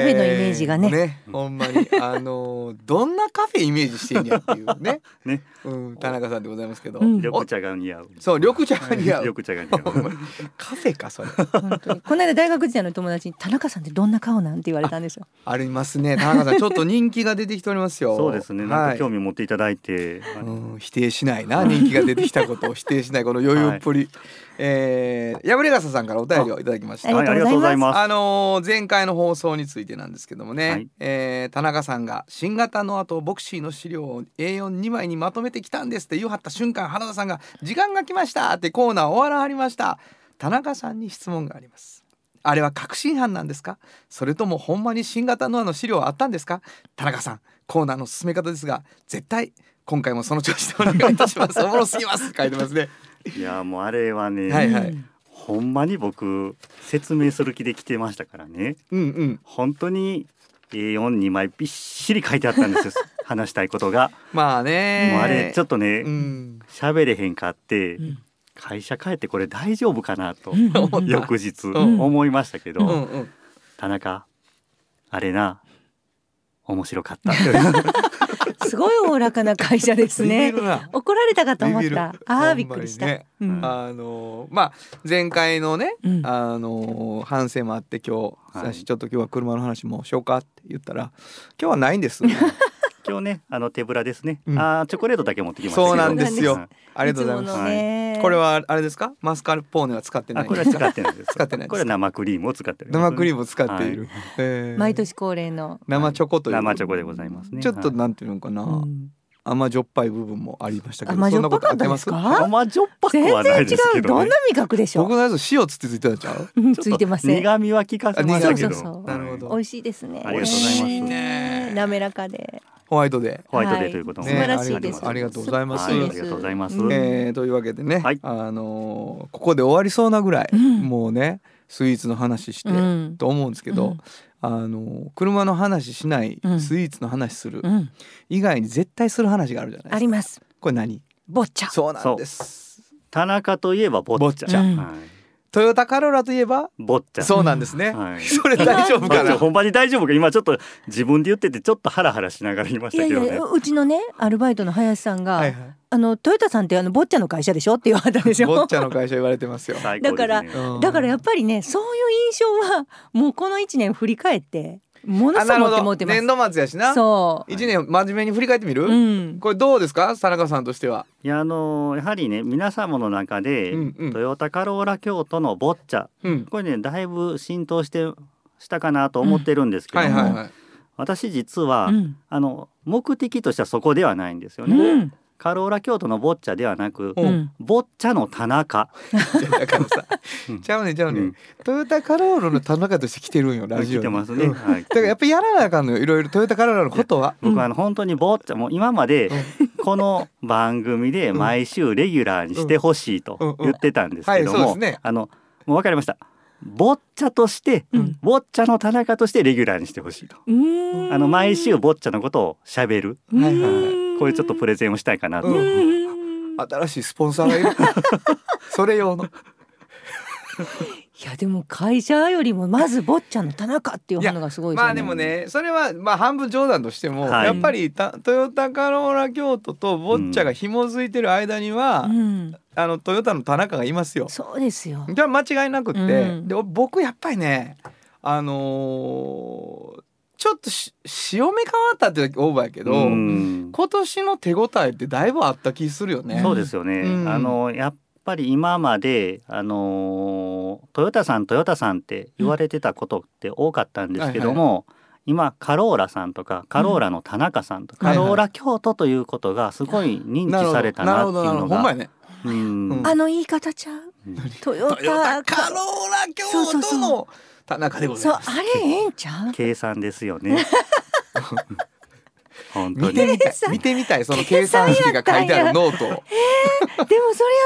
Speaker 3: フェのイメージがね
Speaker 2: えーほんま にあのーどんなカフェイメージしてんやっていうね。
Speaker 5: ね
Speaker 2: うん、田中さんでございますけど。
Speaker 3: うん
Speaker 5: 緑茶が似合う。
Speaker 2: そう緑茶が似合う
Speaker 5: 緑茶が似合
Speaker 2: ほ んま
Speaker 5: う。
Speaker 2: にカフェかそれ。
Speaker 3: 本当にこの間大学時代の友達に「田中さんってどんな顔なん?」て言われたんですよ。
Speaker 2: ありますね。田中さんちょっと人気が出てきておりますよ。
Speaker 5: そうですね。なん
Speaker 2: は
Speaker 5: か
Speaker 2: い
Speaker 5: 興味持っていただいて、はい
Speaker 2: うん、否定しないな人気が出てきたことを否定しないこの余裕っぷり、えー、破れ笠さんからお便りをいただきました
Speaker 3: ありがとうございます
Speaker 5: はいありがとうございます。
Speaker 2: あのー前回の放送についてなんですけどもね、
Speaker 5: はい
Speaker 2: えー田中さんが新型の後ボクシーの資料を A42 枚にまとめてきたんですって言い張った瞬間原田さんが「時間が来ました!」ってコーナーを終わらはりました田中さんに質問がありますあれは確信犯なんですかそれともほんまに新型ノアの資料はあったんですか田中さんコーナーの進め方ですが絶対今回もその調子でお願いいたし ますおもろすぎますって書いてますね
Speaker 5: いやもうあれはね、
Speaker 2: はいはい
Speaker 5: ほんまに僕説明する気で来てましたからね。
Speaker 2: うんうん
Speaker 5: 本当に A4 に枚びっしり書いてあったん ですよ話したいことが、
Speaker 2: まあね
Speaker 5: もうあれちょ
Speaker 2: っ
Speaker 5: っとね
Speaker 2: とうん
Speaker 5: 喋れへんかって、
Speaker 3: ん
Speaker 5: 会社帰ってこれ大丈夫かなと、
Speaker 2: 思った
Speaker 5: 翌日
Speaker 2: うん
Speaker 5: 思いましたけど、
Speaker 2: うんうん
Speaker 5: 田中あれな面白か った
Speaker 3: すごいおおらかな会社ですね
Speaker 2: ビビるな
Speaker 3: 怒られたかと思っ
Speaker 2: ビビる
Speaker 3: たあ
Speaker 2: ほんま
Speaker 3: あび
Speaker 2: に
Speaker 3: っくりした、
Speaker 2: ね
Speaker 3: うん
Speaker 2: あのまあ前回のね
Speaker 3: うん
Speaker 2: あの反省もあって今日、
Speaker 5: はい
Speaker 2: 私ちょっと今日は車の話もしようかって言ったら「今日はないんです」
Speaker 5: 今日ねあの手ぶらですね、
Speaker 2: うん
Speaker 5: あーチョコレートだけ持ってきましたけど
Speaker 2: そうなんです
Speaker 5: は
Speaker 2: よ
Speaker 5: い。
Speaker 2: ありがとうございます。
Speaker 3: つものね
Speaker 2: これはあれですか？マスカルポーネは使ってな
Speaker 5: あ
Speaker 2: い。
Speaker 5: これは使ってないです
Speaker 2: 使ってないです
Speaker 5: これは生クリームを使ってる
Speaker 2: 生クリームを使っている。えー
Speaker 3: 毎年恒例の、
Speaker 2: 生チョコという。
Speaker 5: 生チョコでございますね
Speaker 2: ちょっとなんていうのかな、
Speaker 3: うん
Speaker 2: 甘じょっぱい部分もありましたけど、
Speaker 3: 甘じ
Speaker 2: そ
Speaker 3: ょ
Speaker 2: んな
Speaker 3: っ
Speaker 2: こ
Speaker 3: ぱか
Speaker 2: と当
Speaker 3: ってた
Speaker 2: ま
Speaker 3: ですす。か
Speaker 5: 甘じょっぱく
Speaker 3: 全
Speaker 5: はな
Speaker 3: 然違、
Speaker 5: いうですけど
Speaker 3: どん
Speaker 5: ね
Speaker 3: な味覚でしょ
Speaker 2: 僕
Speaker 3: う
Speaker 2: のやつ塩つついてたじゃん。
Speaker 3: うん
Speaker 5: ちょっと
Speaker 3: ついてません
Speaker 5: 苦味は効かせましたけど
Speaker 3: あ苦味そうそうそう
Speaker 2: なるほど
Speaker 3: 美味しいですね
Speaker 5: ありがとうございま
Speaker 3: 美
Speaker 5: す
Speaker 3: 味しね滑らかで
Speaker 2: ホワイトで。
Speaker 5: ホワイトデーということも、
Speaker 3: 素晴らしいです、
Speaker 2: ねありがとうございます
Speaker 5: はい、ありがとうございます、
Speaker 3: うん
Speaker 2: えーというわけでね、
Speaker 5: はい
Speaker 2: あのーここで終わりそうなぐらい、
Speaker 3: ん
Speaker 2: もうねスイーツの話して、
Speaker 3: うん
Speaker 2: と思うんですけど、
Speaker 3: うん
Speaker 2: あのー車の話しない、
Speaker 3: うん
Speaker 2: スイーツの話する、
Speaker 3: うん
Speaker 2: 以外に絶対する話があるじゃな
Speaker 3: あ
Speaker 2: いですか
Speaker 3: ります
Speaker 2: これ何
Speaker 3: ボッチャ
Speaker 2: そうなんです
Speaker 5: 田中といえばボッチャ
Speaker 3: ボッチャ
Speaker 5: はい
Speaker 2: トヨタカローラといえば
Speaker 5: ボッチャ
Speaker 2: そうなんですね、
Speaker 5: はい
Speaker 2: それ大丈夫か
Speaker 5: ちょ
Speaker 2: な
Speaker 5: 本番に大丈夫か今ちょっと自分で言っててちょっとハラハラしながら言いま
Speaker 3: い
Speaker 5: した
Speaker 3: やい
Speaker 5: けどね
Speaker 3: やうちのねアルバイトの林さんが、
Speaker 2: はいはい
Speaker 3: あのトヨタさんってあのボッチャの会社でしょって言われたでし
Speaker 2: ボッ
Speaker 3: ょ
Speaker 2: チャの会社言われてますよ、
Speaker 5: 最高ですね
Speaker 3: だか
Speaker 2: うん
Speaker 3: だからやっぱりねそういう印象はもうこの1年振り返ってもの
Speaker 2: あ
Speaker 3: すご
Speaker 2: な
Speaker 3: く
Speaker 2: る
Speaker 3: 持っ
Speaker 2: ほ
Speaker 3: て
Speaker 2: ど
Speaker 3: 持ってます
Speaker 2: 年度末やしな
Speaker 3: そ
Speaker 2: 一年真面目に振り返ってみる、
Speaker 3: ううん
Speaker 2: これどうですか田中さんとしてはい
Speaker 5: やあのやはりね皆様の中で、
Speaker 2: うんうん
Speaker 5: トヨタカローラ京都のボッチャ
Speaker 2: うん
Speaker 5: これねだいぶ浸透してしたかなと思ってるんですけ
Speaker 2: は
Speaker 5: ど
Speaker 2: い
Speaker 5: も、
Speaker 2: はいはい
Speaker 5: 私実は、
Speaker 3: うん
Speaker 5: あの目的としてはそこではないんですよ
Speaker 3: う
Speaker 5: ね、
Speaker 3: ん
Speaker 5: カローラ京都のボッチャではなく、
Speaker 2: うん
Speaker 3: うん
Speaker 5: ボッチャの田中
Speaker 2: だからさ
Speaker 5: うん、
Speaker 2: ちゃうねんちゃうねん、
Speaker 5: うん
Speaker 2: トヨタカローラの田中として来てるんよラジ
Speaker 5: 来
Speaker 2: オに
Speaker 5: てますね、
Speaker 2: うんだか
Speaker 5: はい、
Speaker 2: らやっぱやらなあかんのよいろいろトヨタカローラのことは。
Speaker 5: 僕はあの本当にボッチャもう今までこの番組で毎週レギュラーにしてほしい
Speaker 2: うんうん
Speaker 5: と言ってたんですけど
Speaker 2: はいそ
Speaker 5: も
Speaker 2: うですね
Speaker 5: あのもう分かりましたボッチャとして、
Speaker 3: うん
Speaker 5: ボッチャの田中としてレギュラーにしてほしいと
Speaker 3: うん
Speaker 5: あの毎週ボッチャのことをしゃべる、
Speaker 2: はいうはい
Speaker 5: んこれちょっとプレゼンをしたいかなと、
Speaker 2: うん
Speaker 3: うん
Speaker 2: 新しいスポンサーがいるそれ用の
Speaker 3: いやでも会社よりもまずボッチャの田中っていうものがすごい
Speaker 2: まあでもねそれはまあ半分冗談としても、
Speaker 5: はい
Speaker 2: やっぱりたトヨタカローラ京都とボッチャが紐づいてる間には、
Speaker 3: うん
Speaker 2: あのトヨタの田中がいますよ。
Speaker 3: そうですよ
Speaker 2: じゃあ間違いなくって、
Speaker 3: うん
Speaker 2: で僕やっぱりねあのーちょっとし潮目変わったってオーバーやけど、
Speaker 5: うん
Speaker 2: 今年の手応えってだいぶあった気するよね。
Speaker 5: そうですよね、
Speaker 2: うん
Speaker 5: あのやっぱり今まであのートヨタさんトヨタさんって言われてたことって多かったんですけども、今カローラさんとかカローラの田中さんとか、
Speaker 2: うん
Speaker 5: カローラ京都ということがすごい認
Speaker 2: なるほ
Speaker 5: 知
Speaker 2: ど
Speaker 5: されたなってい
Speaker 2: な
Speaker 5: う
Speaker 2: るほどなるほ
Speaker 5: の
Speaker 2: どほんまや
Speaker 5: が
Speaker 2: ね。
Speaker 5: うん
Speaker 2: うん
Speaker 3: あの言い方ちゃうトヨ
Speaker 2: トヨタ
Speaker 3: タ
Speaker 2: カローラ京都の田中でござ
Speaker 3: そ
Speaker 2: いうます。
Speaker 3: あれええんちゃう
Speaker 5: 計算ですよ ね本当
Speaker 2: 見て
Speaker 5: に
Speaker 2: みたい
Speaker 3: 計算
Speaker 2: 見てみたいその計算式が書いてあるノート
Speaker 3: でもそ
Speaker 2: を。
Speaker 3: れや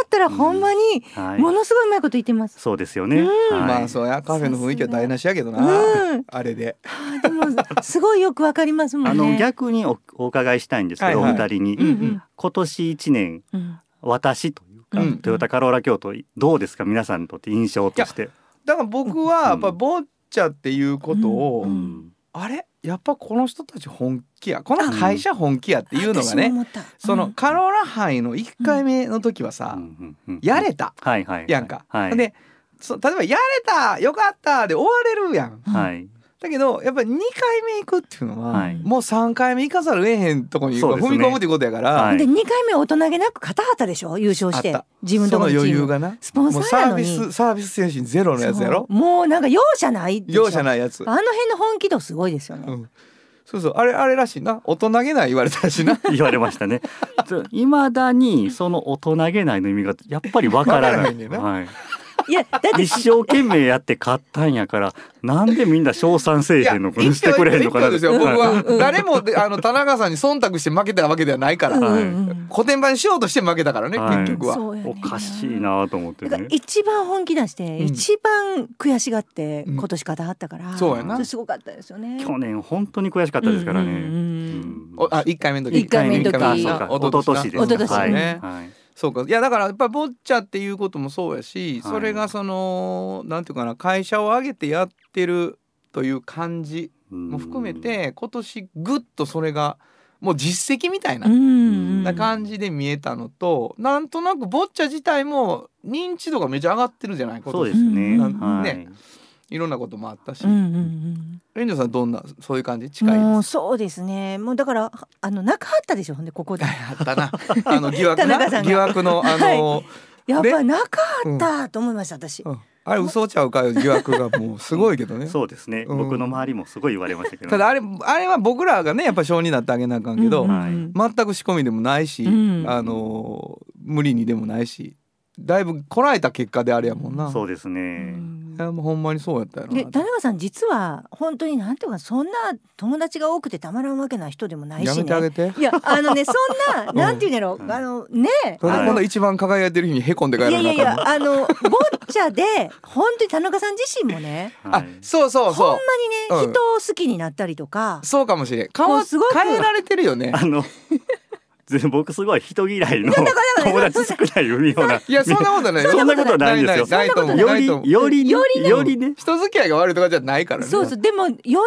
Speaker 3: ったらほんまに
Speaker 5: はい
Speaker 3: ものすごいうまいこと言ってます。
Speaker 5: そうですよね、はい
Speaker 2: まあそうやカフェの雰囲気は台無しやけどな、
Speaker 3: うん
Speaker 2: あれで。
Speaker 3: あでもすごいよくわかりますも
Speaker 5: あ
Speaker 3: ん
Speaker 5: の
Speaker 3: ね。
Speaker 5: 逆におお伺いしたいんですけど、
Speaker 2: はいはい
Speaker 5: お二人に、
Speaker 2: うんうん
Speaker 5: 今年一年
Speaker 3: うん
Speaker 5: 私というか、
Speaker 2: うん
Speaker 5: トヨタカローラ京都どうですか皆さんにとって印象として。
Speaker 2: だから僕はやっぱボッチャっていうことを、
Speaker 3: う
Speaker 5: うんん
Speaker 2: あれやっぱこの人たち本気やこの会社本気やっていうのが
Speaker 3: 私も
Speaker 2: ね
Speaker 3: 思った
Speaker 2: その
Speaker 3: うん
Speaker 2: カローラ杯の1回目の時はさ、
Speaker 5: うんうんうん
Speaker 2: やれた
Speaker 5: はいはいはい
Speaker 2: やんか。
Speaker 5: はい、
Speaker 2: でそ例えば「やれたよかった」で終われるやん。
Speaker 5: はい、
Speaker 2: だけどやっぱり2回目行くっていうのは、
Speaker 5: はい
Speaker 2: もう3回目行かざるをえへんとこに
Speaker 5: そうです
Speaker 2: 踏
Speaker 5: ね
Speaker 2: み込むっていうことやから、
Speaker 5: はい
Speaker 3: で二回目大人げなく片畑でしょ優勝し
Speaker 2: あ
Speaker 3: て
Speaker 2: った
Speaker 3: 自分と
Speaker 2: その
Speaker 3: このチーム
Speaker 2: 余裕がな
Speaker 3: スポンサーなのに
Speaker 2: もうサービスサービス精神ゼロのやつや
Speaker 3: そ
Speaker 2: ろ
Speaker 3: うもうなんか容赦ないでしょ
Speaker 2: 容赦ないやつ
Speaker 3: あの辺の本気度すごいですよ
Speaker 2: う
Speaker 3: ね。
Speaker 2: ん、そうそうあれあれらしいな大人げない言われたらしいな
Speaker 5: 言われま したね。いまだにその大人げないの意味がやっぱりわから
Speaker 2: わから
Speaker 5: な
Speaker 2: へ
Speaker 5: い。
Speaker 2: んねんな
Speaker 5: はい、
Speaker 3: いやだって
Speaker 5: 一生懸命やって買ったんやからなんでみんな賞賛せえへんのこれしてくれへんのかな
Speaker 2: 一票一票ですよ僕は誰もであの田中さんに忖度して負けたわけではないから、
Speaker 5: はい
Speaker 2: 古典版にしようとして負けたからね、
Speaker 5: はい
Speaker 2: 結局は。
Speaker 3: そうやね
Speaker 5: お
Speaker 3: ん
Speaker 5: かしいなと思って
Speaker 3: だから
Speaker 5: ね
Speaker 3: 一番本気出して、
Speaker 2: うん
Speaker 3: 一番悔しがって
Speaker 2: うん
Speaker 3: 今年方あったから、
Speaker 2: そうやな
Speaker 3: すごかったですよね。
Speaker 5: 去年本当に悔しかったですからね、
Speaker 3: うんうん
Speaker 5: うん
Speaker 2: おあ一回目の時
Speaker 3: 一回目の時
Speaker 2: 一回目
Speaker 5: あ
Speaker 2: の
Speaker 5: そうか一昨年です
Speaker 3: 一昨年
Speaker 5: はい
Speaker 2: ね
Speaker 5: はい
Speaker 2: そうかいやだからやっぱりボッチャっていうこともそうやし、
Speaker 5: はい
Speaker 2: それがそのなんていうかな会社を挙げてやってるという感じも含めて、今年ぐっとそれがもう実績みたいな,、
Speaker 3: うん
Speaker 2: な感じで見えたのとなんとなくボッチャ自体も認知度がめちゃ上がってるじゃない
Speaker 5: そうで
Speaker 2: 今
Speaker 5: すね,、
Speaker 3: うん
Speaker 5: はい、
Speaker 2: ね年いろんなこともあったし、
Speaker 3: うんうん
Speaker 2: レンジョさんどんなそういう感じ
Speaker 3: うん、
Speaker 2: 近い
Speaker 3: も
Speaker 2: で
Speaker 3: う
Speaker 2: す
Speaker 3: そうですねもうだからあの中あったでしょほんでここで
Speaker 2: あったなあの疑 惑
Speaker 3: 田中さ
Speaker 2: なん
Speaker 3: が
Speaker 2: 疑惑のあ の、
Speaker 3: やっ
Speaker 2: で
Speaker 3: ぱ中あったと思いました私、
Speaker 2: うんあれ嘘ちゃうかよ疑惑がもうすごいけどね。
Speaker 5: そうですね、
Speaker 2: うん
Speaker 5: 僕の周りもすごい言われましたけど
Speaker 2: ただあれあれは僕らがねやっぱ性になってあげなあかんけど、
Speaker 3: うんうん
Speaker 5: はい
Speaker 3: うん
Speaker 2: 全く仕込みでもないし、
Speaker 3: うん
Speaker 2: あのー無理にでもないしだいぶこらえた結果であれやもんな。
Speaker 5: そうです
Speaker 3: う
Speaker 5: ね、
Speaker 3: ん
Speaker 2: いやもうほんまにそうやったよな。
Speaker 3: で田中さん実は本当になんていうかそんな友達が多くてたまらんわけな人でもない
Speaker 2: や
Speaker 3: し
Speaker 2: めてあ
Speaker 3: ね
Speaker 2: げて。
Speaker 3: いやあのねそんな
Speaker 2: ん
Speaker 3: なんていうんやろ
Speaker 5: うん
Speaker 3: あのね
Speaker 2: それで
Speaker 5: はい
Speaker 2: こんな一番輝いてる日にへこんで
Speaker 3: い
Speaker 2: 帰ら
Speaker 3: やい
Speaker 2: な
Speaker 3: や
Speaker 2: あ
Speaker 3: い
Speaker 2: かんの
Speaker 3: やあのボッチャで本当に田中さん自身もね
Speaker 5: は
Speaker 2: あ
Speaker 5: い、
Speaker 2: そう そう
Speaker 3: ほん
Speaker 2: そ
Speaker 3: まにね、
Speaker 2: うん
Speaker 3: 人を好きになったりとか
Speaker 2: う。そうかもしれん。変
Speaker 3: こ
Speaker 2: わ
Speaker 3: うすごく
Speaker 2: 変えられてるよね。
Speaker 5: あの 全僕すごい人嫌いの
Speaker 3: から
Speaker 5: 友達少ないような。
Speaker 2: いやそんなことない。
Speaker 5: そんなことないんですよ
Speaker 2: ないないないと思う。
Speaker 5: よ
Speaker 2: ない
Speaker 5: り
Speaker 2: と思う
Speaker 5: よりね
Speaker 3: よ
Speaker 5: よりね
Speaker 2: 人付き合いが悪いとかじゃないからね。
Speaker 3: そうそうでもよりね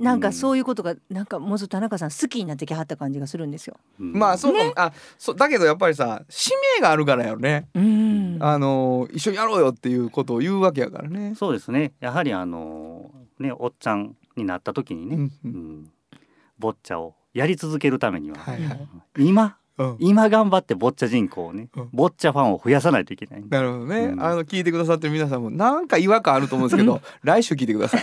Speaker 3: なん
Speaker 5: う
Speaker 3: か
Speaker 5: ん
Speaker 3: そういうことがなんかもうずっと田中さん好きになってきはった感じがするんですよ。
Speaker 2: まあそうかも、
Speaker 3: ね
Speaker 2: あそうだけどやっぱりさ使命があるからよね。
Speaker 3: うん
Speaker 2: あの一緒にやろうよっていうことを言うわけやからね。
Speaker 5: そうですねやはりあのねおっちゃんになった時にね、
Speaker 2: うんう
Speaker 5: うんん、ボッチャをやり続けるためには、
Speaker 2: はいはい。
Speaker 5: 今
Speaker 2: うん
Speaker 5: 今頑張ってボッチャ人口をね、
Speaker 2: うん
Speaker 5: ボッチャファンを増やさないといけない、
Speaker 2: なるほどね、
Speaker 5: うん
Speaker 2: あの聞いてくださってる皆さんもなんか違和感あると思うんですけど来週聞いてくだ さい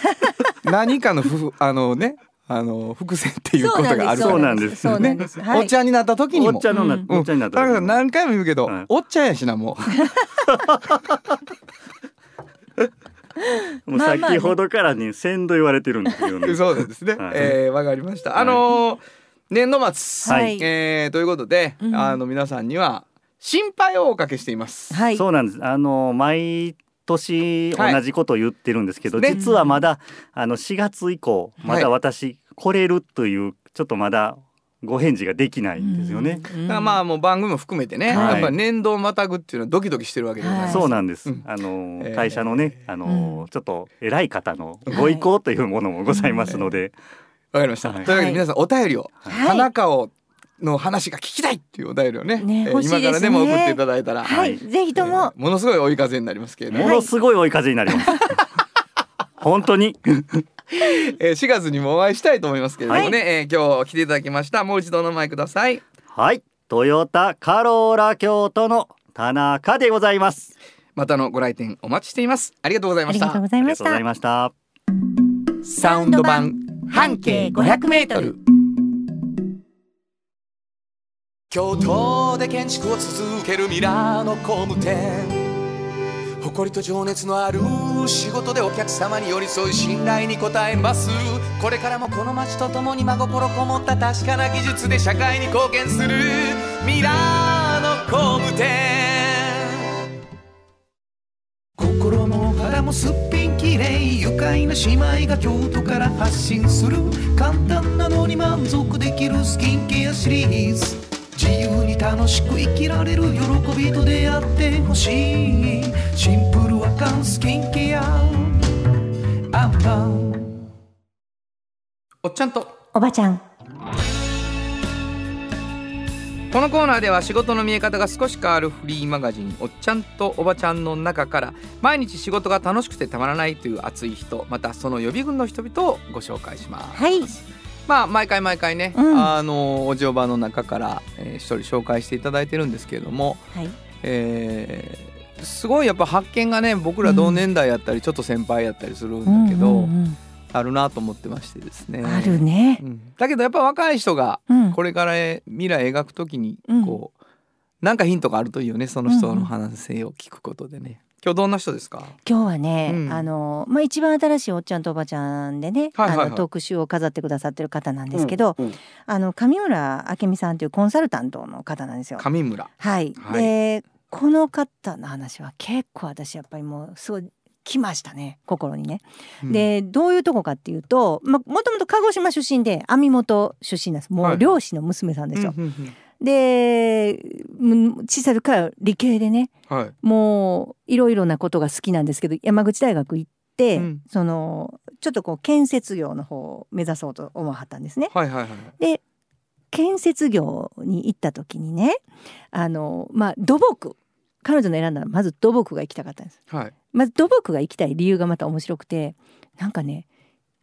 Speaker 2: 何かのふあのねあの伏線っていうことがあるか
Speaker 5: そ
Speaker 2: ら
Speaker 5: う
Speaker 2: ね
Speaker 5: なんです
Speaker 3: そうなんです。は
Speaker 2: お
Speaker 3: い
Speaker 2: っちゃんになった時に
Speaker 5: おっ
Speaker 2: も
Speaker 5: ちゃんのな、
Speaker 3: うん
Speaker 5: おっちゃんになっ
Speaker 2: 田
Speaker 5: た
Speaker 2: 中
Speaker 5: 時
Speaker 2: さん
Speaker 5: に
Speaker 2: 何回も言うけど、
Speaker 5: はい
Speaker 2: おっちゃんやしなもう
Speaker 5: もう
Speaker 3: まあまあね
Speaker 5: 先ほどからね先導言われてるんですけど ね
Speaker 2: そうなんですね、
Speaker 5: はい
Speaker 2: えーわかりましたあのー年度末、
Speaker 3: はい
Speaker 2: えーということで、
Speaker 3: うん
Speaker 2: あの皆さんには心配をおかけしています、
Speaker 3: はい。
Speaker 5: そうなんです。あの毎年
Speaker 2: はい
Speaker 5: 同じことを言ってるんですけど、
Speaker 2: ね
Speaker 5: 実はまだあの4月以降まだ私来れるというちょっとまだご返事ができないんですよね。
Speaker 3: うん。
Speaker 2: だからまあもう番組も含めてね、
Speaker 5: はい
Speaker 2: やっぱ年度をまたぐっていうのはドキドキしてるわけでございます、
Speaker 3: うん
Speaker 5: そうなんです。
Speaker 2: うん
Speaker 5: あの
Speaker 2: えー
Speaker 5: 会社のね、あの、
Speaker 3: うん
Speaker 5: ちょっと偉い方のご意向というものもございますので、
Speaker 2: わかりました、
Speaker 5: はい
Speaker 2: というわけで皆さんお便りを
Speaker 3: はい
Speaker 2: 田中をの話が聞きたいっていうお便りをね
Speaker 3: ね
Speaker 2: えー
Speaker 3: 欲しいですね
Speaker 2: 今からでも送っていただいたら、
Speaker 3: はい。ぜひとも
Speaker 2: えーものすごい追い風になりますけれども、
Speaker 5: ものすごい追い風になります。本当に
Speaker 2: えー4月にもお会いしたいと思いますけれどもね、えー今日来ていただきましたもう一度お名前ください
Speaker 5: はい。トヨタカローラ京都の田中でございます。
Speaker 2: またのご来店お待ちしていますありがとうござい
Speaker 3: あ
Speaker 2: ま
Speaker 3: り
Speaker 2: し
Speaker 3: がとう
Speaker 2: た
Speaker 3: ござ
Speaker 5: あ
Speaker 3: い
Speaker 5: り
Speaker 3: ま
Speaker 5: が
Speaker 3: し
Speaker 5: とうござい
Speaker 3: た。
Speaker 5: ました。
Speaker 2: サウンド版半径 500m
Speaker 4: 京都で建築を続けるミラーの工務店誇りと情熱のある仕事でお客様に寄り添い信頼に応えますこれからもこの街とともに真心こもった確かな技術で社会に貢献するミラーの工務店心も肌もすっぴんきれい愉快な姉妹が京都から発信する簡単なのに満足できるスキンケアシリーズ自由に楽しく生きられる喜びと出会ってほしいシンプルアカンスキンケアアンパン
Speaker 2: おっちゃんと
Speaker 3: おばちゃん。
Speaker 2: このコーナーでは仕事の見え方が少し変わるフリーマガジン「おっちゃんとおばちゃん」の中から毎日仕事が楽しくてたまらないという熱い人またその予備軍の人々をご紹介します。
Speaker 3: はい。
Speaker 2: まあ毎回毎回ね、
Speaker 3: うん
Speaker 2: あのおじおばの中からえー一人紹介していただいてるんですけれども、
Speaker 3: はい。
Speaker 2: えーすごいやっぱ発見がね僕ら同年代やったりちょっと先輩やったりするんだけど、
Speaker 3: うん
Speaker 2: あるなと思ってましてですね。
Speaker 3: うんあるね
Speaker 2: う。んだけどやっぱ若い人が
Speaker 3: うん。
Speaker 2: これから未来描くときに
Speaker 3: うん
Speaker 2: こう、なんかヒントがあるといいよねその人の話を聞くことでね、今日どんな人ですか
Speaker 3: 今日はね、
Speaker 2: うん
Speaker 3: あのまあ一番新しいおっちゃんとおばちゃんでね、
Speaker 2: はいはいはい
Speaker 3: あの特集を飾ってくださってる方なんですけど、
Speaker 2: うんうん
Speaker 3: あの上村明美さんというコンサルタントの方なんですよ。
Speaker 2: 上村
Speaker 3: はい。
Speaker 2: はい
Speaker 3: でこの方の話は結構私やっぱりもうすごい来ましたね心にね。でどういうとこかっていうと、まあもともと鹿児島出身で網元出身なんです。も
Speaker 2: は
Speaker 3: う
Speaker 2: い
Speaker 3: 漁師の娘さん
Speaker 2: うん
Speaker 3: ですよ。
Speaker 2: うんうん
Speaker 3: でむ小さい時から理系でね。
Speaker 2: うんはい
Speaker 3: もういろいろなことが好きなんですけど山口大学行って、
Speaker 2: うん
Speaker 3: そのちょっとこう建設業の方を目指そうと思わはったんですね。
Speaker 2: はいはいはい
Speaker 3: 建設業に行った時にねあのまあ土木彼女の選んだのはまず土木が行きたかったんです。
Speaker 2: はい
Speaker 3: まず土木が行きたい理由がまた面白くてなんかね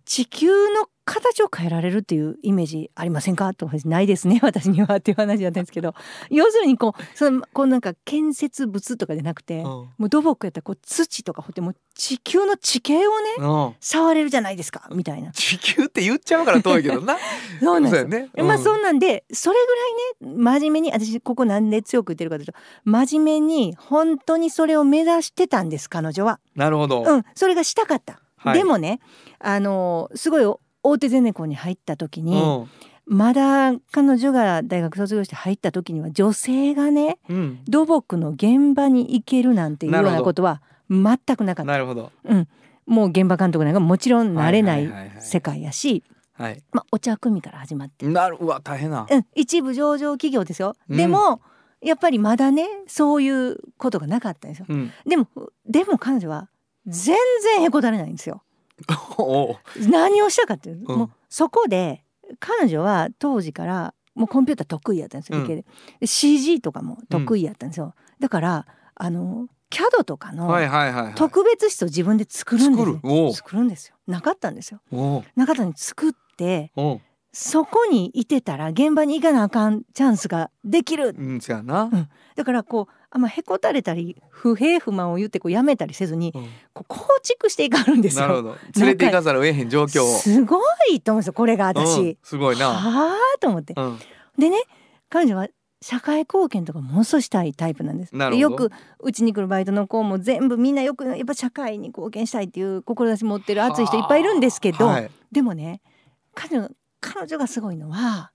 Speaker 3: 地球の形を変えられるっていうイメージありませんかと私ないですね 私にはっていう話だったんですけど要するにこうそのこうなんか建設物とかじゃなくて、
Speaker 2: うん
Speaker 3: もう土木やったらこう土とか掘ってもう地球の地形をね
Speaker 2: うん
Speaker 3: 触れるじゃないですかみたいな
Speaker 2: 地球って言っちゃうから遠いけどな
Speaker 3: そうなんですよ
Speaker 2: よね
Speaker 3: まあ
Speaker 2: う
Speaker 3: そ
Speaker 2: ん
Speaker 3: んなんでそれぐらいね真面目に私ここなんで強く言ってるかというと真面目に本当にそれを目指してたんです彼女は。
Speaker 2: なるほど
Speaker 3: うん、それがしたかった。
Speaker 2: はい
Speaker 3: でもねあのすごい大手ゼネコンに入った時
Speaker 2: う
Speaker 3: に、
Speaker 2: ん
Speaker 3: まだ彼女が大学卒業して入った時には女性がね
Speaker 2: うん
Speaker 3: 土木の現場に行けるなんていうよう
Speaker 2: な
Speaker 3: な
Speaker 2: るほど
Speaker 3: ことは全くなかった。
Speaker 2: なるほど
Speaker 3: もう現場監督なんかもちろんなれな
Speaker 2: はいはいはい
Speaker 3: い
Speaker 2: はい
Speaker 3: 世界やし、
Speaker 2: はい
Speaker 3: まあ、お茶組から始まって、
Speaker 2: なるうわ大変な
Speaker 3: うん、一部上場企業ですよ、
Speaker 2: うん
Speaker 3: でもやっぱりまだねそういうことがなかったんですよ
Speaker 2: うん
Speaker 3: でもでも彼女は全然へこたれないんですよ
Speaker 2: おう
Speaker 3: 何をしたかっていう,、
Speaker 2: うん
Speaker 3: もうそこで彼女は当時からもうコンピューター得意やったんですよ、
Speaker 2: うん
Speaker 3: 理系でで CG とかも得意やったんですよ、だからあの CAD とか
Speaker 2: はい
Speaker 3: の
Speaker 2: はいはいはい
Speaker 3: 特別室を自分で作るんです
Speaker 2: 作
Speaker 3: よ、
Speaker 2: るおう
Speaker 3: 作るんですよなかったんですよ
Speaker 2: おう
Speaker 3: 中谷作って
Speaker 2: おう
Speaker 3: そこにいてたら現場に行かなあかんチャンスができる
Speaker 2: うん違うな
Speaker 3: だからこうあんまへこたれたり不平不満を言ってこうやめたりせずに
Speaker 2: うん
Speaker 3: こう構築していかはるんです
Speaker 2: なるほ
Speaker 3: よ。
Speaker 2: ど連れて行かざるを得へん状況を
Speaker 3: すごいと思うんですよこれが
Speaker 2: うん
Speaker 3: 私。
Speaker 2: すごいな
Speaker 3: はあと思って。
Speaker 2: うん
Speaker 3: でね彼女は社会貢献とかものすごいしたいタイプなんです。
Speaker 2: なる
Speaker 3: で
Speaker 2: ほ
Speaker 3: よ
Speaker 2: ど
Speaker 3: くうちに来るバイトの子も全部みんなよくやっぱ社会に貢献したいっていう志持ってる熱い人いっぱいいるんですけど、
Speaker 2: はい
Speaker 3: でもね彼女彼女がすごいのは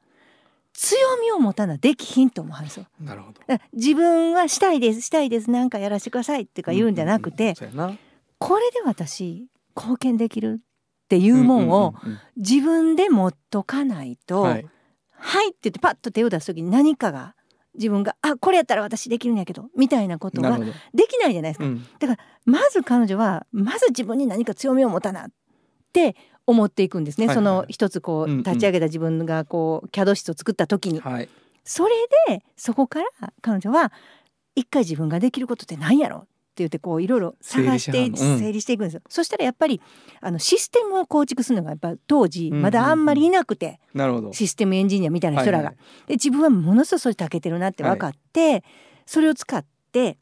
Speaker 3: 強みを持たなできひんと思うんですよ。
Speaker 2: なるほど
Speaker 3: だから自分はしたいですしたいですなんかやらせてくださいってか言うんじゃなくて、
Speaker 2: そうやな
Speaker 3: これで私貢献できるっていうもんを
Speaker 2: うんうんうん
Speaker 3: 自分で持っとかないと「
Speaker 2: うん
Speaker 3: は
Speaker 2: はい
Speaker 3: い」って言ってパッと手を出す時に何かが自分が「あこれやったら私できるんやけど」みたいなこと
Speaker 2: なる
Speaker 3: が
Speaker 2: ほど
Speaker 3: できないじゃないですか。
Speaker 2: うん
Speaker 3: まず彼女はまず自分に何か強みを持たなって思っていくんですね、
Speaker 2: はいはいはい
Speaker 3: その一つこ
Speaker 2: うん
Speaker 3: う
Speaker 2: うん
Speaker 3: 立ち上げた自分がこう CAD 室を作った時に、
Speaker 2: はい
Speaker 3: それでそこから彼女は一回自分ができることって何やろって言ってこういろいろ探して
Speaker 2: 整
Speaker 3: 整
Speaker 2: 理
Speaker 3: 理
Speaker 2: しはんのうん
Speaker 3: していくんですよ、そしたらやっぱりあのシステムを構築するのがやっぱ当時
Speaker 2: うんうん
Speaker 3: まだあんまりいなくて、
Speaker 2: なるほど
Speaker 3: システムエンジニアみたいな人らが、
Speaker 2: はいは
Speaker 3: で自分はものすごいそれ長けてるなって分かって、それを使って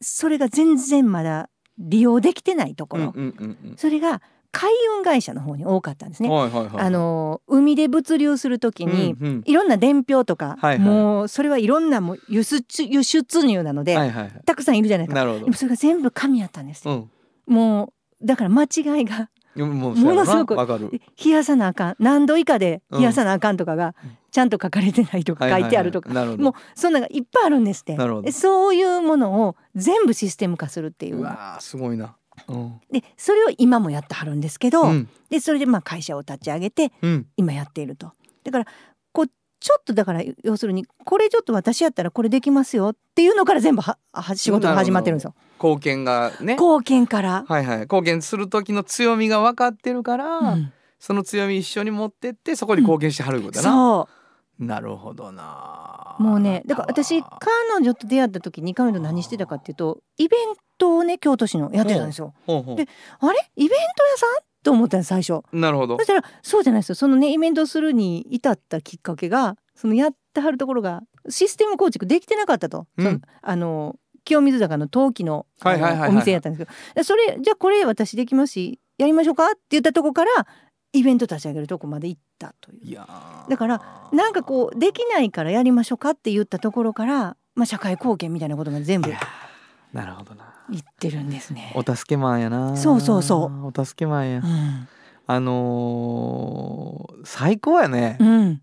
Speaker 3: それが全然まだ利用できてないところ、
Speaker 2: うんうんうん
Speaker 3: それが海運会社の方に多かったんです
Speaker 2: うん
Speaker 3: ね。
Speaker 2: はいはいはい
Speaker 3: あの海で物流するときに、
Speaker 2: うんうん
Speaker 3: いろんな伝票とか、
Speaker 2: はいはい
Speaker 3: もうそれはいろんなもう輸出輸出入なので、
Speaker 2: はいはいはい
Speaker 3: たくさんいるじゃないですか。
Speaker 2: なるほ
Speaker 3: でもそれが全部紙やったんです。
Speaker 2: ど
Speaker 3: もうだから間違いが
Speaker 2: うんもうそうや
Speaker 3: もの
Speaker 2: ろ
Speaker 3: すご
Speaker 2: な
Speaker 3: く
Speaker 2: わかる
Speaker 3: 冷やさなあかん何度以下で
Speaker 2: うん
Speaker 3: 冷やさなあかんとかが
Speaker 2: うん
Speaker 3: ちゃんと書かれてないとか書いてあるとか、
Speaker 2: はいはいはいなるほ
Speaker 3: も
Speaker 2: ど
Speaker 3: うそんなのがいっぱいあるんですって
Speaker 2: なるほど
Speaker 3: そういうものを全部システム化するっていうう
Speaker 2: わーすごいなうん
Speaker 3: でそれを今もやってはるんですけど、
Speaker 2: うん
Speaker 3: でそれでまあ会社を立ち上げて
Speaker 2: うん
Speaker 3: 今やっていると。だからこうちょっとだから要するにこれちょっと私やったらこれできますよっていうのから全部はは仕事が始まってるんですよ。
Speaker 2: 貢献がね
Speaker 3: 貢献から、
Speaker 2: はいはい貢献する時の強みが分かってるから
Speaker 3: うん
Speaker 2: その強み一緒に持ってってそこに貢献してはるいうことだな
Speaker 3: そ
Speaker 2: なるほどな
Speaker 3: うもうねだから私
Speaker 2: あなたは
Speaker 3: 彼女と出会った時に彼女何してたかっていうとイベントをね京都市のやってたんですよ。
Speaker 2: ほうほう
Speaker 3: であれイベント屋さんと思ったんです最初。
Speaker 2: なるほど
Speaker 3: そしたらそうじゃないですよそのねイベントをするに至ったきっかけがそのやってはるところがシステム構築できてなかったと、
Speaker 2: うん
Speaker 3: そのあの清水坂の陶器のあ
Speaker 2: はいはいはい
Speaker 3: の
Speaker 2: はい
Speaker 3: お店やったんですけどでそれじゃあこれ私できますしやりましょうかって言ったとこからイベント立ち上げるとこまで行ったという
Speaker 2: いやー
Speaker 3: だからなんかこうできないからやりましょうかって言ったところから、まあ、社会貢献みたいなことが全部
Speaker 2: なるほどな
Speaker 3: 行ってるんですね。
Speaker 2: お助けマンやな
Speaker 3: そうそうそう
Speaker 2: お助けマンや
Speaker 3: うん
Speaker 2: あのー最高やね、
Speaker 3: うん、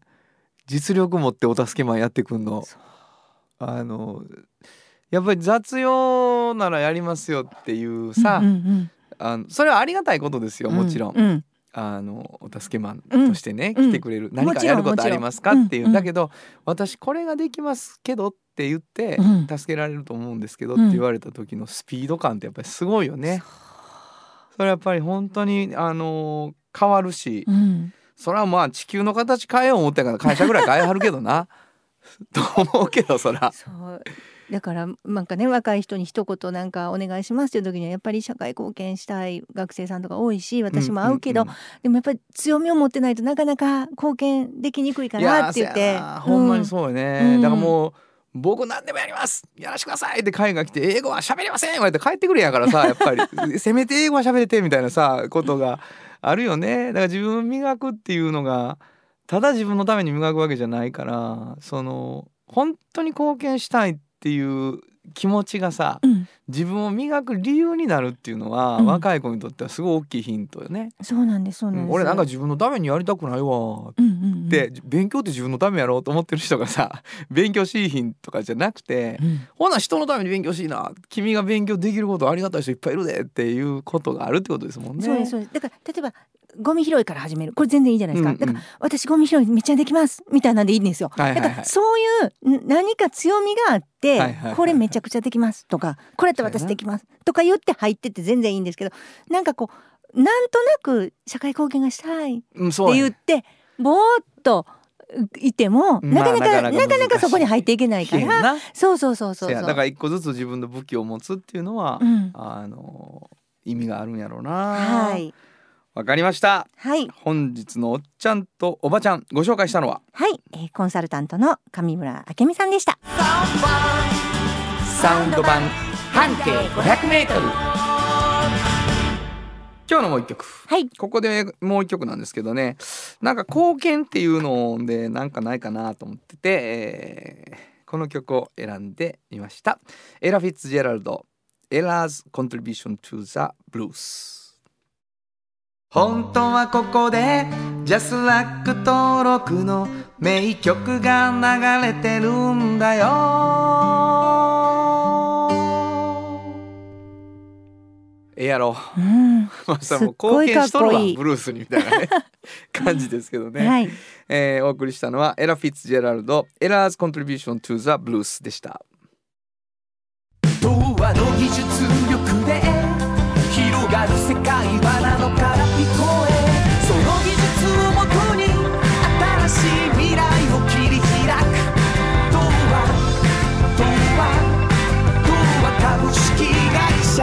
Speaker 2: 実力持ってお助けマンやってくんの
Speaker 3: そ
Speaker 2: あのーやっぱり雑用ならやりますよっていうさ、
Speaker 3: うんうん
Speaker 2: あのそれはありがたいことです
Speaker 3: う
Speaker 2: よ
Speaker 3: ん、
Speaker 2: もちろん、
Speaker 3: ううん
Speaker 2: あのお助けマンとしてね、
Speaker 3: うん
Speaker 2: 来てくれる、
Speaker 3: も
Speaker 2: 何か
Speaker 3: ちろん
Speaker 2: やることありますか
Speaker 3: もちろん
Speaker 2: っていう、
Speaker 3: うん
Speaker 2: だけど私これができますけどって言って
Speaker 3: うん
Speaker 2: 助けられると思うんですけどっ
Speaker 3: うん
Speaker 2: て言われた時のスピード感ってやっぱりすごいよね。それやっぱり本当にあの変わるし、
Speaker 3: うん
Speaker 2: それはまあ地球の形変えよう思ったから会社ぐらい変えはるけどな と思うけどそら。
Speaker 3: そうだからなんかね若い人に一言なんかお願いしますっていう時にはやっぱり社会貢献したい学生さんとか多いし私も会うけど、
Speaker 2: んんん
Speaker 3: でもやっぱり強みを持ってないとなかなか貢献できにくいかなって言っ
Speaker 2: い
Speaker 3: て
Speaker 2: やーせやなほんまにそうよね、
Speaker 3: うん
Speaker 2: だからもう僕何でもやりますやらしてくださいって会が来て英語は喋れません言われて帰ってくるやからさやっぱ りせめて英語は喋れてみたいなさことがあるよねだから自分磨くっていうのがただ自分のために磨くわけじゃないからその本当に貢献したいっていう気持ちがさ
Speaker 3: うん、
Speaker 2: 自分を磨く理由になるっていうのは、
Speaker 3: うん
Speaker 2: 若い子にとってはすごい大きいヒントよね。
Speaker 3: そうなんですそうなんです、
Speaker 2: 俺なんか自分のためにやりたくないわ
Speaker 3: うんうんうん
Speaker 2: で勉強って自分のためやろうと思ってる人がさ 勉強しいひんとかじゃなくて
Speaker 3: うん
Speaker 2: ほな人のために勉強しいな君が勉強できることありがたい人いっぱいいるでっていうことがあるってことですもんね。
Speaker 3: そうですそうですだから例えばゴミ拾いから始めるこれ全然いいじゃないですか、
Speaker 2: うんうん
Speaker 3: だから私ゴミ拾いめっちゃできますみたいなんでいいんですよ、
Speaker 2: はいはいはい
Speaker 3: だからそういうん何か強みがあって、
Speaker 2: はいはいはい
Speaker 3: これめちゃくちゃできますとかこれやったら私できますとか言って入ってって全然いいんですけどなんかこうなんとなく社会貢献がしたいって
Speaker 2: うんそうや
Speaker 3: 言ってぼーっといても、
Speaker 2: ま
Speaker 3: なか
Speaker 2: あ
Speaker 3: なか
Speaker 2: なかな
Speaker 3: な
Speaker 2: か
Speaker 3: かな
Speaker 2: 難しい
Speaker 3: かそこに入っていけないか
Speaker 2: せや
Speaker 3: ら
Speaker 2: な
Speaker 3: そうそうそうそうそう
Speaker 2: せやだから一個ずつ自分の武器を持つっていうのは、
Speaker 3: うん、
Speaker 2: あの意味があるんやろうな。
Speaker 3: はい
Speaker 2: わかりました。
Speaker 3: はい
Speaker 2: 本日のおっちゃんとおばちゃんご紹介したのは
Speaker 3: はい、えーコンサルタントの上村明美さんでした
Speaker 2: サウンド版半径 500m 今日のもう一曲
Speaker 3: はい
Speaker 2: ここでもう一曲なんですけどねなんか貢献っていうのでなんかないかなと思ってて、えーこの曲を選んでみましたエラ・フィッツジェラルド「エラーズ・コントリビューション・トゥ・ザ・ブルース」本当はここでジャスラック登録の名曲が流れてるんだよええやろ
Speaker 3: うん
Speaker 2: まあ、さ
Speaker 3: す
Speaker 2: もう
Speaker 3: っご
Speaker 2: 貢
Speaker 3: い
Speaker 2: 献しと
Speaker 3: か
Speaker 2: る
Speaker 3: っ
Speaker 2: わ
Speaker 3: こいい
Speaker 2: ブルースにみたいな ね感じですけどね、
Speaker 3: はい
Speaker 2: えーお送りしたのはエラ・フィッツジェラルド「エラーズ・コントリビューション・トゥ・ザ・ブルース」でした
Speaker 4: 童話の技術力で広がる世界はなのから聞こえその技術をもとに新しい未来を切り開く童話童話童話株式会社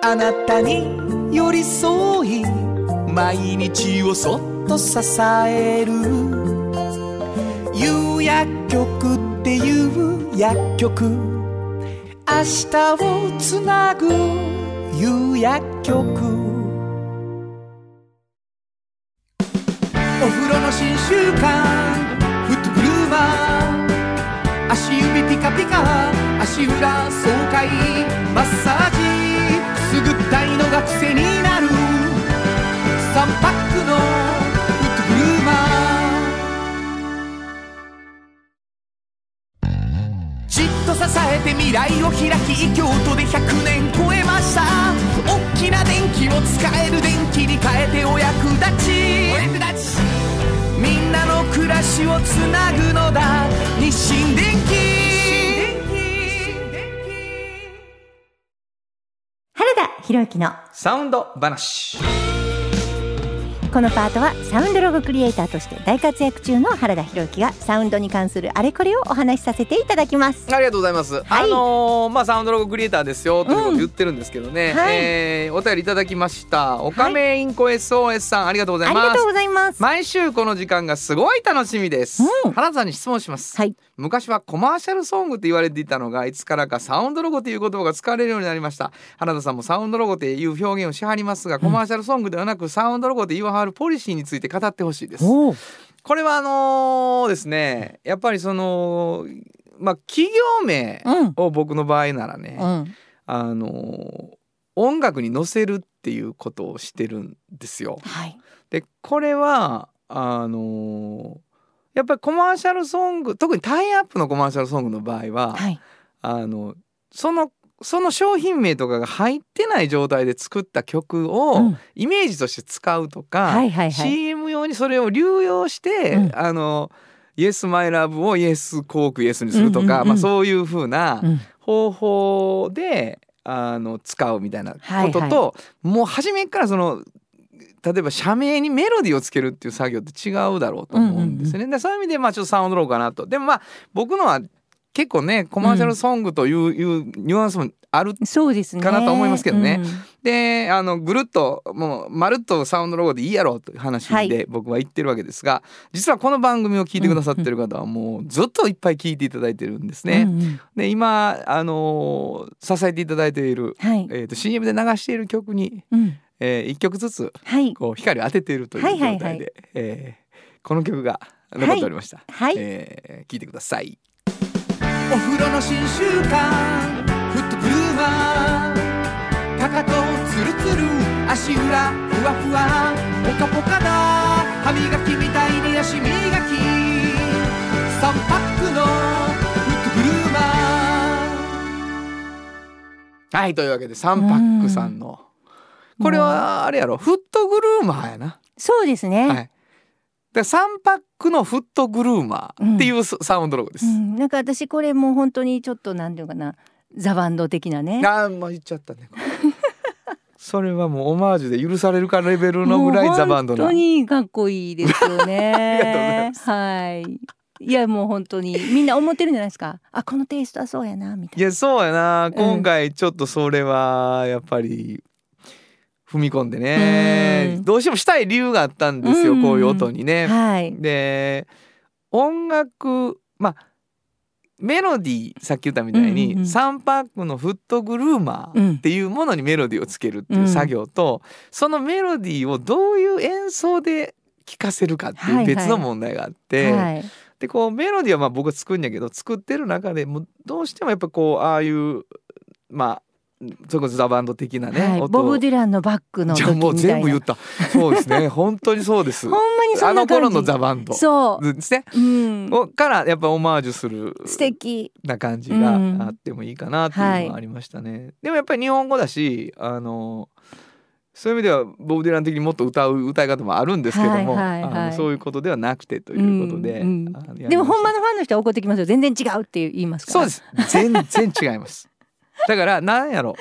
Speaker 4: あなたに寄り添い毎日をそっと支える有薬局っていう薬局明日をつなぐ有薬局お風呂の新習慣フットグルーマー足指ピカピカ足裏爽快マッサージすぐったいのが癖になる3パックのフットグルーマーじっと支えて未来を開き京都で100年超えました大きな電気を使える電気に変えてお役立ちお役立ちみんなの暮らしをつなぐのだ日清電気
Speaker 3: 原田博之の
Speaker 2: サウンド話
Speaker 3: このパートはサウンドロゴクリエイターとして大活躍中の原田博之がサウンドに関するあれこれをお話しさせていただきます
Speaker 2: ありがとうございます、
Speaker 3: い
Speaker 2: あのーまあサウンドロゴクリエイターですよということ
Speaker 3: うん
Speaker 2: 言ってるんですけどね、
Speaker 3: はい
Speaker 2: えーお便りいただきましたおかめインコ SOS さん、ありがとうござ
Speaker 3: あり
Speaker 2: いま
Speaker 3: が
Speaker 2: す
Speaker 3: とうございます
Speaker 2: 毎週この時間がすごい楽しみです、
Speaker 3: うん
Speaker 2: 原田さんに質問します、
Speaker 3: はい
Speaker 2: 昔はコマーシャルソングって言われていたのがいつからかサウンドロゴという言葉が使われるようになりました原田さんもサウンドロゴという表現をしはりますがコマーシャルソングではなくサウンドロゴで言わはるポリシーについて語ってほしいです
Speaker 3: お
Speaker 2: これはあのーですねやっぱりそのまあ企業名
Speaker 3: うん
Speaker 2: を僕の場合ならね、
Speaker 3: うん
Speaker 2: あの音楽に乗せるっていうことをしてるんですよ。
Speaker 3: はい
Speaker 2: でこれはあのやっぱりコマーシャルソング特にタイアップのコマーシャルソングの場合は、
Speaker 3: はい
Speaker 2: あのそのその商品名とかが入ってない状態で作った曲を、
Speaker 3: うん
Speaker 2: イメージとして使うとか、
Speaker 3: はいはいはい
Speaker 2: CM 用にそれを流用して、
Speaker 3: うん
Speaker 2: あの「イエス・マイ・ラブ」を「イエス・コーク・イエス」にするとか、
Speaker 3: うんうんうん
Speaker 2: まあ、そういうふうな
Speaker 3: うん
Speaker 2: 方法であの使うみたいなこ
Speaker 3: はいはい
Speaker 2: とと、もう初めからその例えば社名にメロディーをつけるっていう作業って違うだろうと思うんですよね。でそういう意味でまあちょっとサウンドローかなと。でもまあ僕のは結構ねコマーシャルソングという,、いうニュアンスもある
Speaker 3: そうですね
Speaker 2: かなと思いますけどね
Speaker 3: うん
Speaker 2: であのぐるっともうまるっとサウンドロゴでいいやろという話
Speaker 3: は
Speaker 2: で
Speaker 3: い
Speaker 2: 僕は言ってるわけですが、実はこの番組を聞いてくださってる方はもうずっといっぱい聞いていただいてるんですね。
Speaker 3: うんうん
Speaker 2: で今、あのー支えていただいている、
Speaker 3: はい
Speaker 2: えー、と CM で流している曲に、
Speaker 3: うん
Speaker 2: え1曲ずつ
Speaker 3: はい
Speaker 2: こう光を当てているという
Speaker 3: は
Speaker 2: 状
Speaker 3: いはい
Speaker 2: 態で、えーこの曲が残っておりました。
Speaker 3: はい
Speaker 2: えー聞いてください。
Speaker 4: お風呂の新習慣フットブルーマーかかとツルツル足裏ふわふわポカポカだ歯磨きみたいに足磨き3パックのフットブルーマ
Speaker 2: はいというわけでサンパックさんのこれはあれやろフットグルーマーやな。
Speaker 3: そうですね、
Speaker 2: はい、でサンパックのフットグルーマーっていうサウンドロゴです。
Speaker 3: うん、なんか私これもう本当にちょっとなんていうかなザバンド的なね
Speaker 2: あーもう言っちゃったね。こ れそれはもうオマージュで許されるかレベルのぐらいザバンド
Speaker 3: もう
Speaker 2: な
Speaker 3: 本当。にかっこいいですよね
Speaker 2: ありがとうございます
Speaker 3: はいいやもう本当にみんな思ってるんじゃないですかあこのテイストはそうやなみたい
Speaker 2: い
Speaker 3: な
Speaker 2: やそうやな
Speaker 3: うん
Speaker 2: 今回ちょっとそれはやっぱり踏み込んでね、
Speaker 3: うん
Speaker 2: どうしてもしたい理由があったんですよ、
Speaker 3: うん
Speaker 2: こういう音にね。
Speaker 3: はい
Speaker 2: で音楽まあメロディーさっき言ったみたい
Speaker 3: う
Speaker 2: に、
Speaker 3: んうんうん
Speaker 2: サンパックのフットグルーマ
Speaker 3: う
Speaker 2: ー
Speaker 3: ん
Speaker 2: っていうものにメロディーをつけるっていう作業と、そのメロディーをどういう演奏で聴かせるかっていう別の問題があって。
Speaker 3: はい
Speaker 2: でこうメロディーはまあ僕は作るんやけど作ってる中でもうどうしてもやっぱこうああいうまあそれこそザバンド的なね、
Speaker 3: はい、
Speaker 2: 音
Speaker 3: ボブ・ディランのバックの
Speaker 2: じ
Speaker 3: 時
Speaker 2: ゃあもう
Speaker 3: みた
Speaker 2: 全
Speaker 3: い
Speaker 2: 部言っ
Speaker 3: な
Speaker 2: たそうですね本当にそうです
Speaker 3: ほんまにそ
Speaker 2: あ
Speaker 3: んな
Speaker 2: の
Speaker 3: 感じ
Speaker 2: 頃のザバンド
Speaker 3: そ
Speaker 2: ですね、
Speaker 3: う、うん、
Speaker 2: をからやっぱオマージュする
Speaker 3: 素敵
Speaker 2: な感じ
Speaker 3: うん
Speaker 2: があってもいいかなっていうのはありましたね、でもやっぱり日本語だしあのそういう意味ではボブ・ディラン的にもっと歌う歌い方もあるんですけども、
Speaker 3: はいはいはい
Speaker 2: あのそういうことではなくてということで、
Speaker 3: うんうん
Speaker 2: あのやりました
Speaker 3: でもほんまのファンの人は怒ってきますよ全然違うって言いますから
Speaker 2: そうです全然違 いますだからなんやろ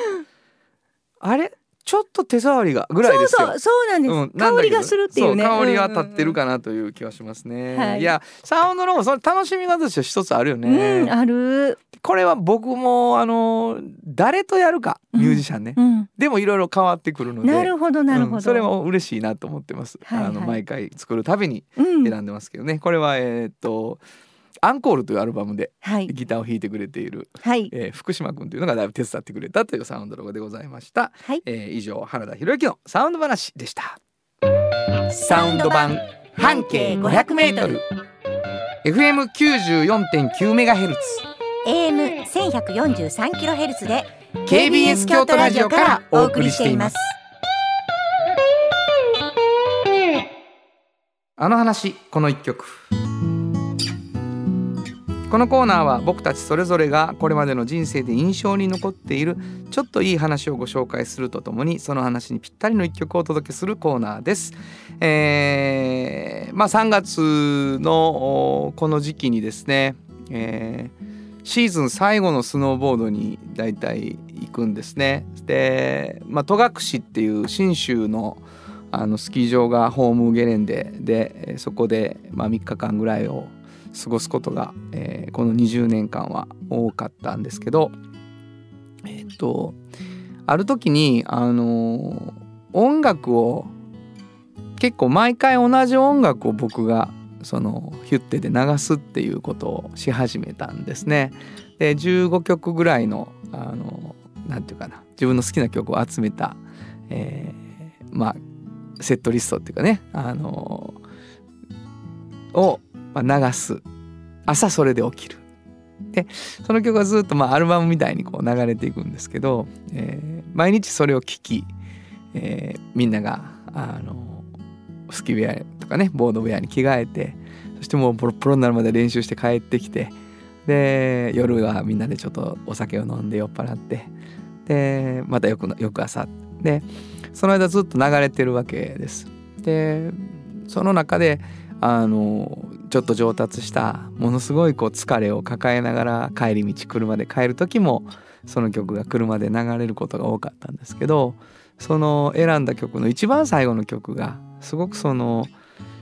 Speaker 2: あれちょっと手触りがぐらいですよ
Speaker 3: そうそうそうなんです、
Speaker 2: うんな
Speaker 3: 香
Speaker 2: んだけ
Speaker 3: り
Speaker 2: ど
Speaker 3: がするっていうね
Speaker 2: そう香りが立ってるかなという気はしますね、
Speaker 3: はい
Speaker 2: いやサウンドロゴそれ楽しみ方としては一つあるよね、
Speaker 3: うん、ある、
Speaker 2: これは僕もあの誰とやるかミュージシャンね、
Speaker 3: うん、
Speaker 2: でもいろいろ変わってくるので
Speaker 3: なるほどなるほど、
Speaker 2: うんそれも嬉しいなと思ってます、
Speaker 3: はいはい
Speaker 2: あの毎回作るたびに
Speaker 3: うん
Speaker 2: 選んでますけどね、これはえーっと「アンコール」というアルバムで
Speaker 3: はい
Speaker 2: ギターを弾いてくれている
Speaker 3: はい
Speaker 2: えー福島君というのがだいぶ手伝ってくれたというサウンドロゴでございました、
Speaker 3: はい
Speaker 2: えー以上原田博之のサウンド話でしたサウンド版半径 500m FM 94.9メガヘルツ
Speaker 6: AM 1143キロヘルツで
Speaker 2: KBS 京都ラジオからお送りしています。あの話この一曲このコーナーは僕たちそれぞれがこれまでの人生で印象に残っているちょっといい話をご紹介するとともにその話にぴったりの一曲をお届けするコーナーです。えーまあ、3月のおこの時期にですね、えーシーズン最後のスノーボードに大体行くんですね。で、まあ、戸隠っていう信州のあのスキー場がホームゲレンデでえーそこで、まあ、3日間ぐらいを過ごすことが、えーこの20年間は多かったんですけどえっとある時に、あのー音楽を結構毎回同じ音楽を僕がそのヒュッテで流すっていうことをし始めたんですね。で15曲ぐらいのあのなんていうかな自分の好きな曲を集めた、えーまあセットリストっていうかね、あのを、まあ、流す朝それで起きるっでその曲がずっとまあアルバムみたいにこう流れていくんですけど、えー毎日それを聴き、えーみんながあのスキーウェアとかねボードウェアに着替えてそしてもうポロポロになるまで練習して帰ってきてで夜はみんなでちょっとお酒を飲んで酔っ払ってでまた翌の翌朝でその間ずっと流れてるわけです。でその中であのちょっと上達したものすごいこう疲れを抱えながら帰り道車で帰る時もその曲が車で流れることが多かったんですけどその選んだ曲の一番最後の曲がすごくその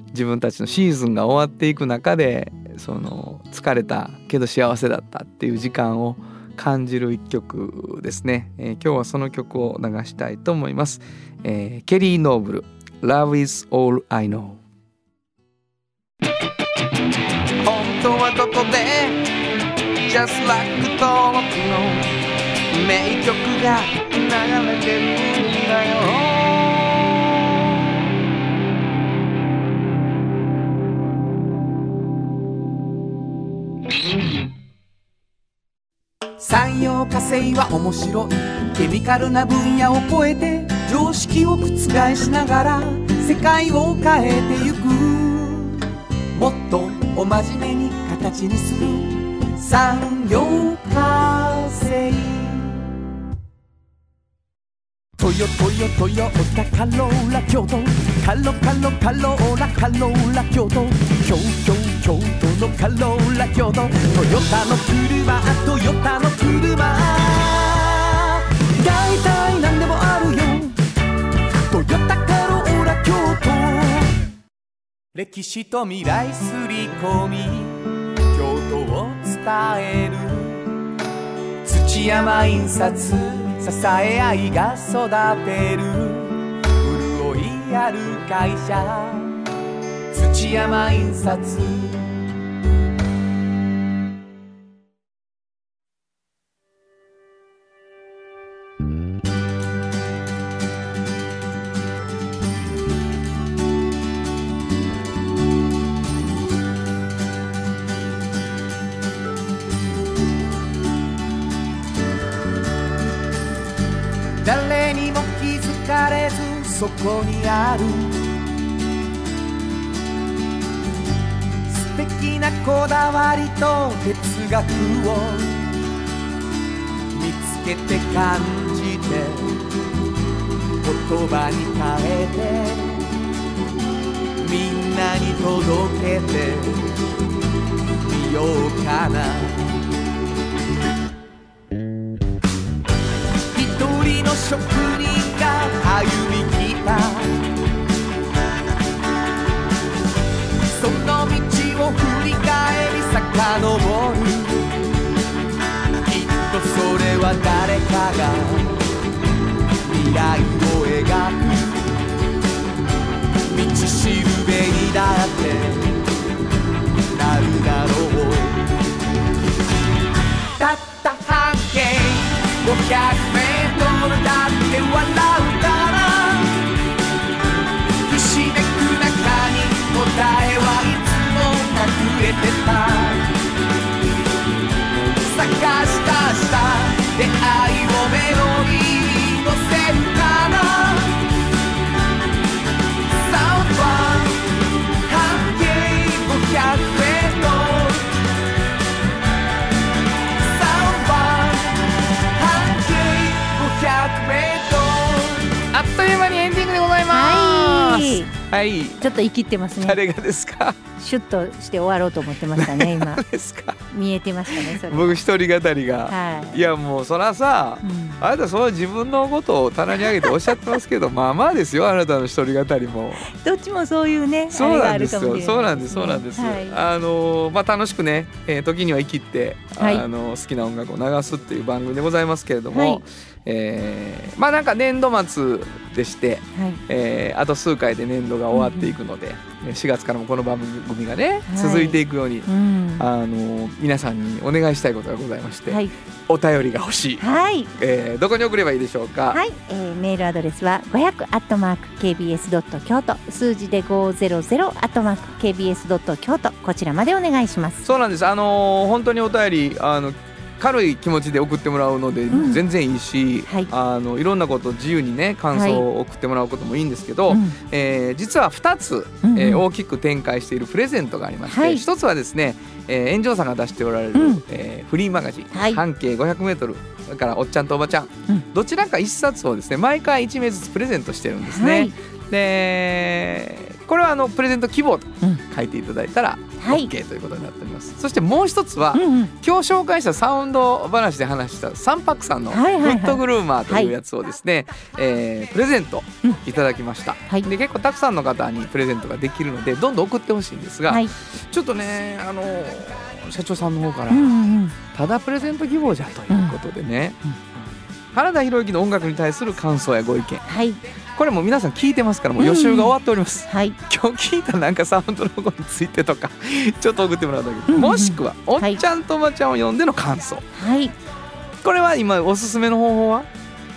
Speaker 2: 自分たちのシーズンが終わっていく中でその疲れたけど幸せだったっていう時間を感じる一曲ですね、えー今日はその曲を流したいと思います、えーケリー・ノーブル「Love is all I know」本当はどこで Just like t h の名曲が流れてるんだよ
Speaker 4: 産業化成は面白いケミカルな分野を超えて常識を覆しながら世界を変えてゆくもっとお真面目に形にする産業化成トヨトヨトヨタカローラ京都カロカロカローラカローラ京都京京京都のカローラ京都トヨタの車トヨタの車大体何でもあるよトヨタカローラ京都歴史と未来すり込み京都を伝える土山印刷支え合いが育てる潤いある会社土山印刷誰にも気づかれずそこにある素敵なこだわりと哲学を見つけて感じて言葉に変えてみんなに届けてみようかな一人の職人が歩み来たその道を振り返り遡るきっとそれは誰かが未来を描く道しるべにだってなるだろうたった半径500メートルだって笑うからひしめく中に答えはいつも隠れてた探したした出会いをメロディーに乗せるかなサウンドは半径500メートルサンバ半径500メートル
Speaker 2: あっという間にエンディングでございま
Speaker 3: は
Speaker 2: す
Speaker 3: い
Speaker 2: はい、
Speaker 3: ちょっと生きってますね
Speaker 2: 誰がですか
Speaker 3: シュッとして終わろうと思ってましたね 今
Speaker 2: ですか
Speaker 3: 見えてましたねそれ
Speaker 2: 僕一人語りが、
Speaker 3: はい
Speaker 2: い、やもうそらさ
Speaker 3: うん
Speaker 2: あなたその自分のことを棚に上げておっしゃってますけどまあまあですよあなたの一人語りも
Speaker 3: どっちもそういうねあ
Speaker 2: そう
Speaker 3: れがあ
Speaker 2: なんで
Speaker 3: る
Speaker 2: す
Speaker 3: かもしれな
Speaker 2: よ
Speaker 3: い
Speaker 2: そうなんですそうなんです、
Speaker 3: はい
Speaker 2: あのーまあ楽しくね、えー時には生きって、
Speaker 3: はい
Speaker 2: あのー好きな音楽を流すっていう番組でございますけれども、
Speaker 3: はい
Speaker 2: えーまあなんか年度末でして、
Speaker 3: はい
Speaker 2: えーあと数回で年度が終わっていくので、4月からもこの番組組がね、
Speaker 7: はい
Speaker 2: 続いていくように、
Speaker 7: うんは
Speaker 2: あの皆さんにお願いしたいことがございまして、
Speaker 7: い
Speaker 2: お便りが欲しい、
Speaker 3: はい
Speaker 2: えーどこに送ればいいでしょうか、
Speaker 3: はい、えー、メールアドレスは500アットマーク kbs ドット京都数字で500アットマーク kbs ドット京都こちらまでお願いします。
Speaker 2: そうなんです。あのー本当にお便りあの軽い気持ちで送ってもらうので、
Speaker 3: ん
Speaker 2: 全然いいし、
Speaker 3: はい
Speaker 2: あのいろんなこと自由にね感想を送ってもらうこともいいんですけど、
Speaker 7: うん
Speaker 2: えー実は2つ、
Speaker 7: うんうん
Speaker 2: えー大きく展開しているプレゼントがありまして、
Speaker 7: はい
Speaker 2: 1つはですね、えー、炎上さんが出しておられる、
Speaker 7: うん
Speaker 2: えーフリーマガジン、
Speaker 3: はい
Speaker 2: 半径 500m だからおっちゃんとおばちゃん、
Speaker 7: うん
Speaker 2: どちらか1冊をですね毎回1名ずつプレゼントしてるんですね。
Speaker 7: はい
Speaker 2: でこれはあのプレゼント希望と
Speaker 7: うん
Speaker 2: 書いていただいたら
Speaker 3: はい
Speaker 2: OK ということになっております、そしてもう一つは、
Speaker 7: うんうん
Speaker 2: 今日紹介したサウンド話で話した三泊さんの「フ
Speaker 7: はいはいはい
Speaker 2: ットグルーマー」というやつをですね、えープレゼントいただきました、
Speaker 7: い
Speaker 2: で結構たくさんの方にプレゼントができるのでどんどん送ってほしいんですが、
Speaker 3: はい
Speaker 2: ちょっとねあの社長さんの方から、
Speaker 7: うんうんうん
Speaker 2: ただプレゼント希望じゃということでね、原田博之の音楽に対する感想やご意見
Speaker 3: はい
Speaker 2: これも皆さん聞いてますからもう予習が終わっております、
Speaker 3: はい
Speaker 2: 今日聞いたなんかサウンドロゴについてとか ちょっと送ってもらうだけ、
Speaker 7: うん
Speaker 2: もしくはおっ
Speaker 3: はい
Speaker 2: ちゃんとおばちゃんを呼んでの感想、
Speaker 3: はい
Speaker 2: これは今おすすめの方法は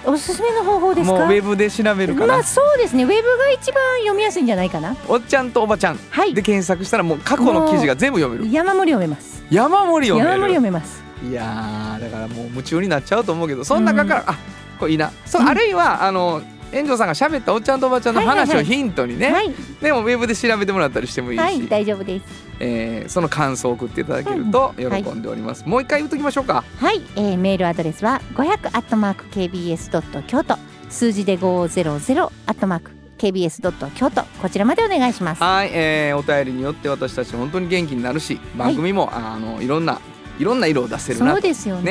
Speaker 3: おすすめの方法です
Speaker 2: もうウ
Speaker 3: か。
Speaker 2: ェブで調べるか
Speaker 7: ま
Speaker 2: な、
Speaker 7: あそうですねウェブが一番読みやすいんじゃないかな
Speaker 2: おっちゃんとおばちゃん
Speaker 7: はい
Speaker 2: で検索したらもう過去の記事が全部読める
Speaker 7: 山盛り読めます
Speaker 2: 山盛り読め
Speaker 7: 山
Speaker 2: る
Speaker 7: 盛り読めます
Speaker 2: いやーだからもう夢中になっちゃうと思うけどその中から、あこれいいなそう、あるいはあの遠藤さんが喋ったおっちゃんとおばちゃんの話をヒントにね、
Speaker 3: はい
Speaker 2: でもウェブで調べてもらったりしてもいいし、
Speaker 3: はい大丈夫です。
Speaker 2: えーその感想を送っていただけると喜んでおります、もう一回言っときましょうか
Speaker 3: はい、えー、メールアドレスは500アットマーク kbs ドット京都数字で500アットマーク kbs ドット京都こちらまでお願いします。
Speaker 2: はい、えーお便りによって私たち本当に元気になるし
Speaker 3: はい
Speaker 2: 番組も、あのいろんないろんな色を出せる
Speaker 3: そ
Speaker 2: な
Speaker 3: う
Speaker 2: と
Speaker 3: ですよ
Speaker 2: え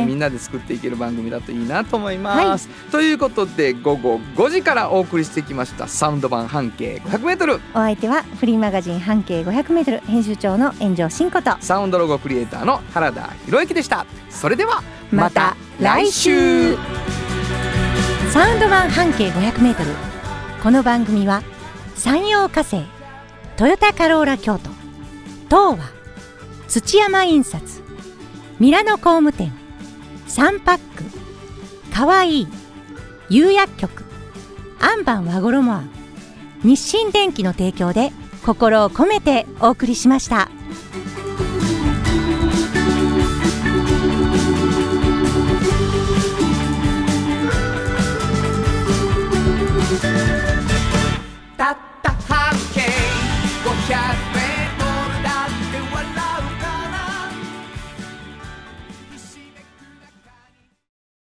Speaker 2: ーみ
Speaker 3: ね。
Speaker 2: んなで作っていける番組だといいなと思います、ということで午後5時からお送りしてきましたサウンド版半径 500m
Speaker 3: お相手はフリーマガジン半径500メートル編集長の炎上真子と。
Speaker 2: サウンドロゴクリエイターの原田博之でしたそれでは
Speaker 3: また来週サウンド版半径 500m この番組は山陽火星トヨタカローラ京都東和土山印刷ミラノ工務店サンパックかわいい釉薬局アンバン和衣庵日清電機の提供で心を込めてお送りしました。
Speaker 2: たった半径500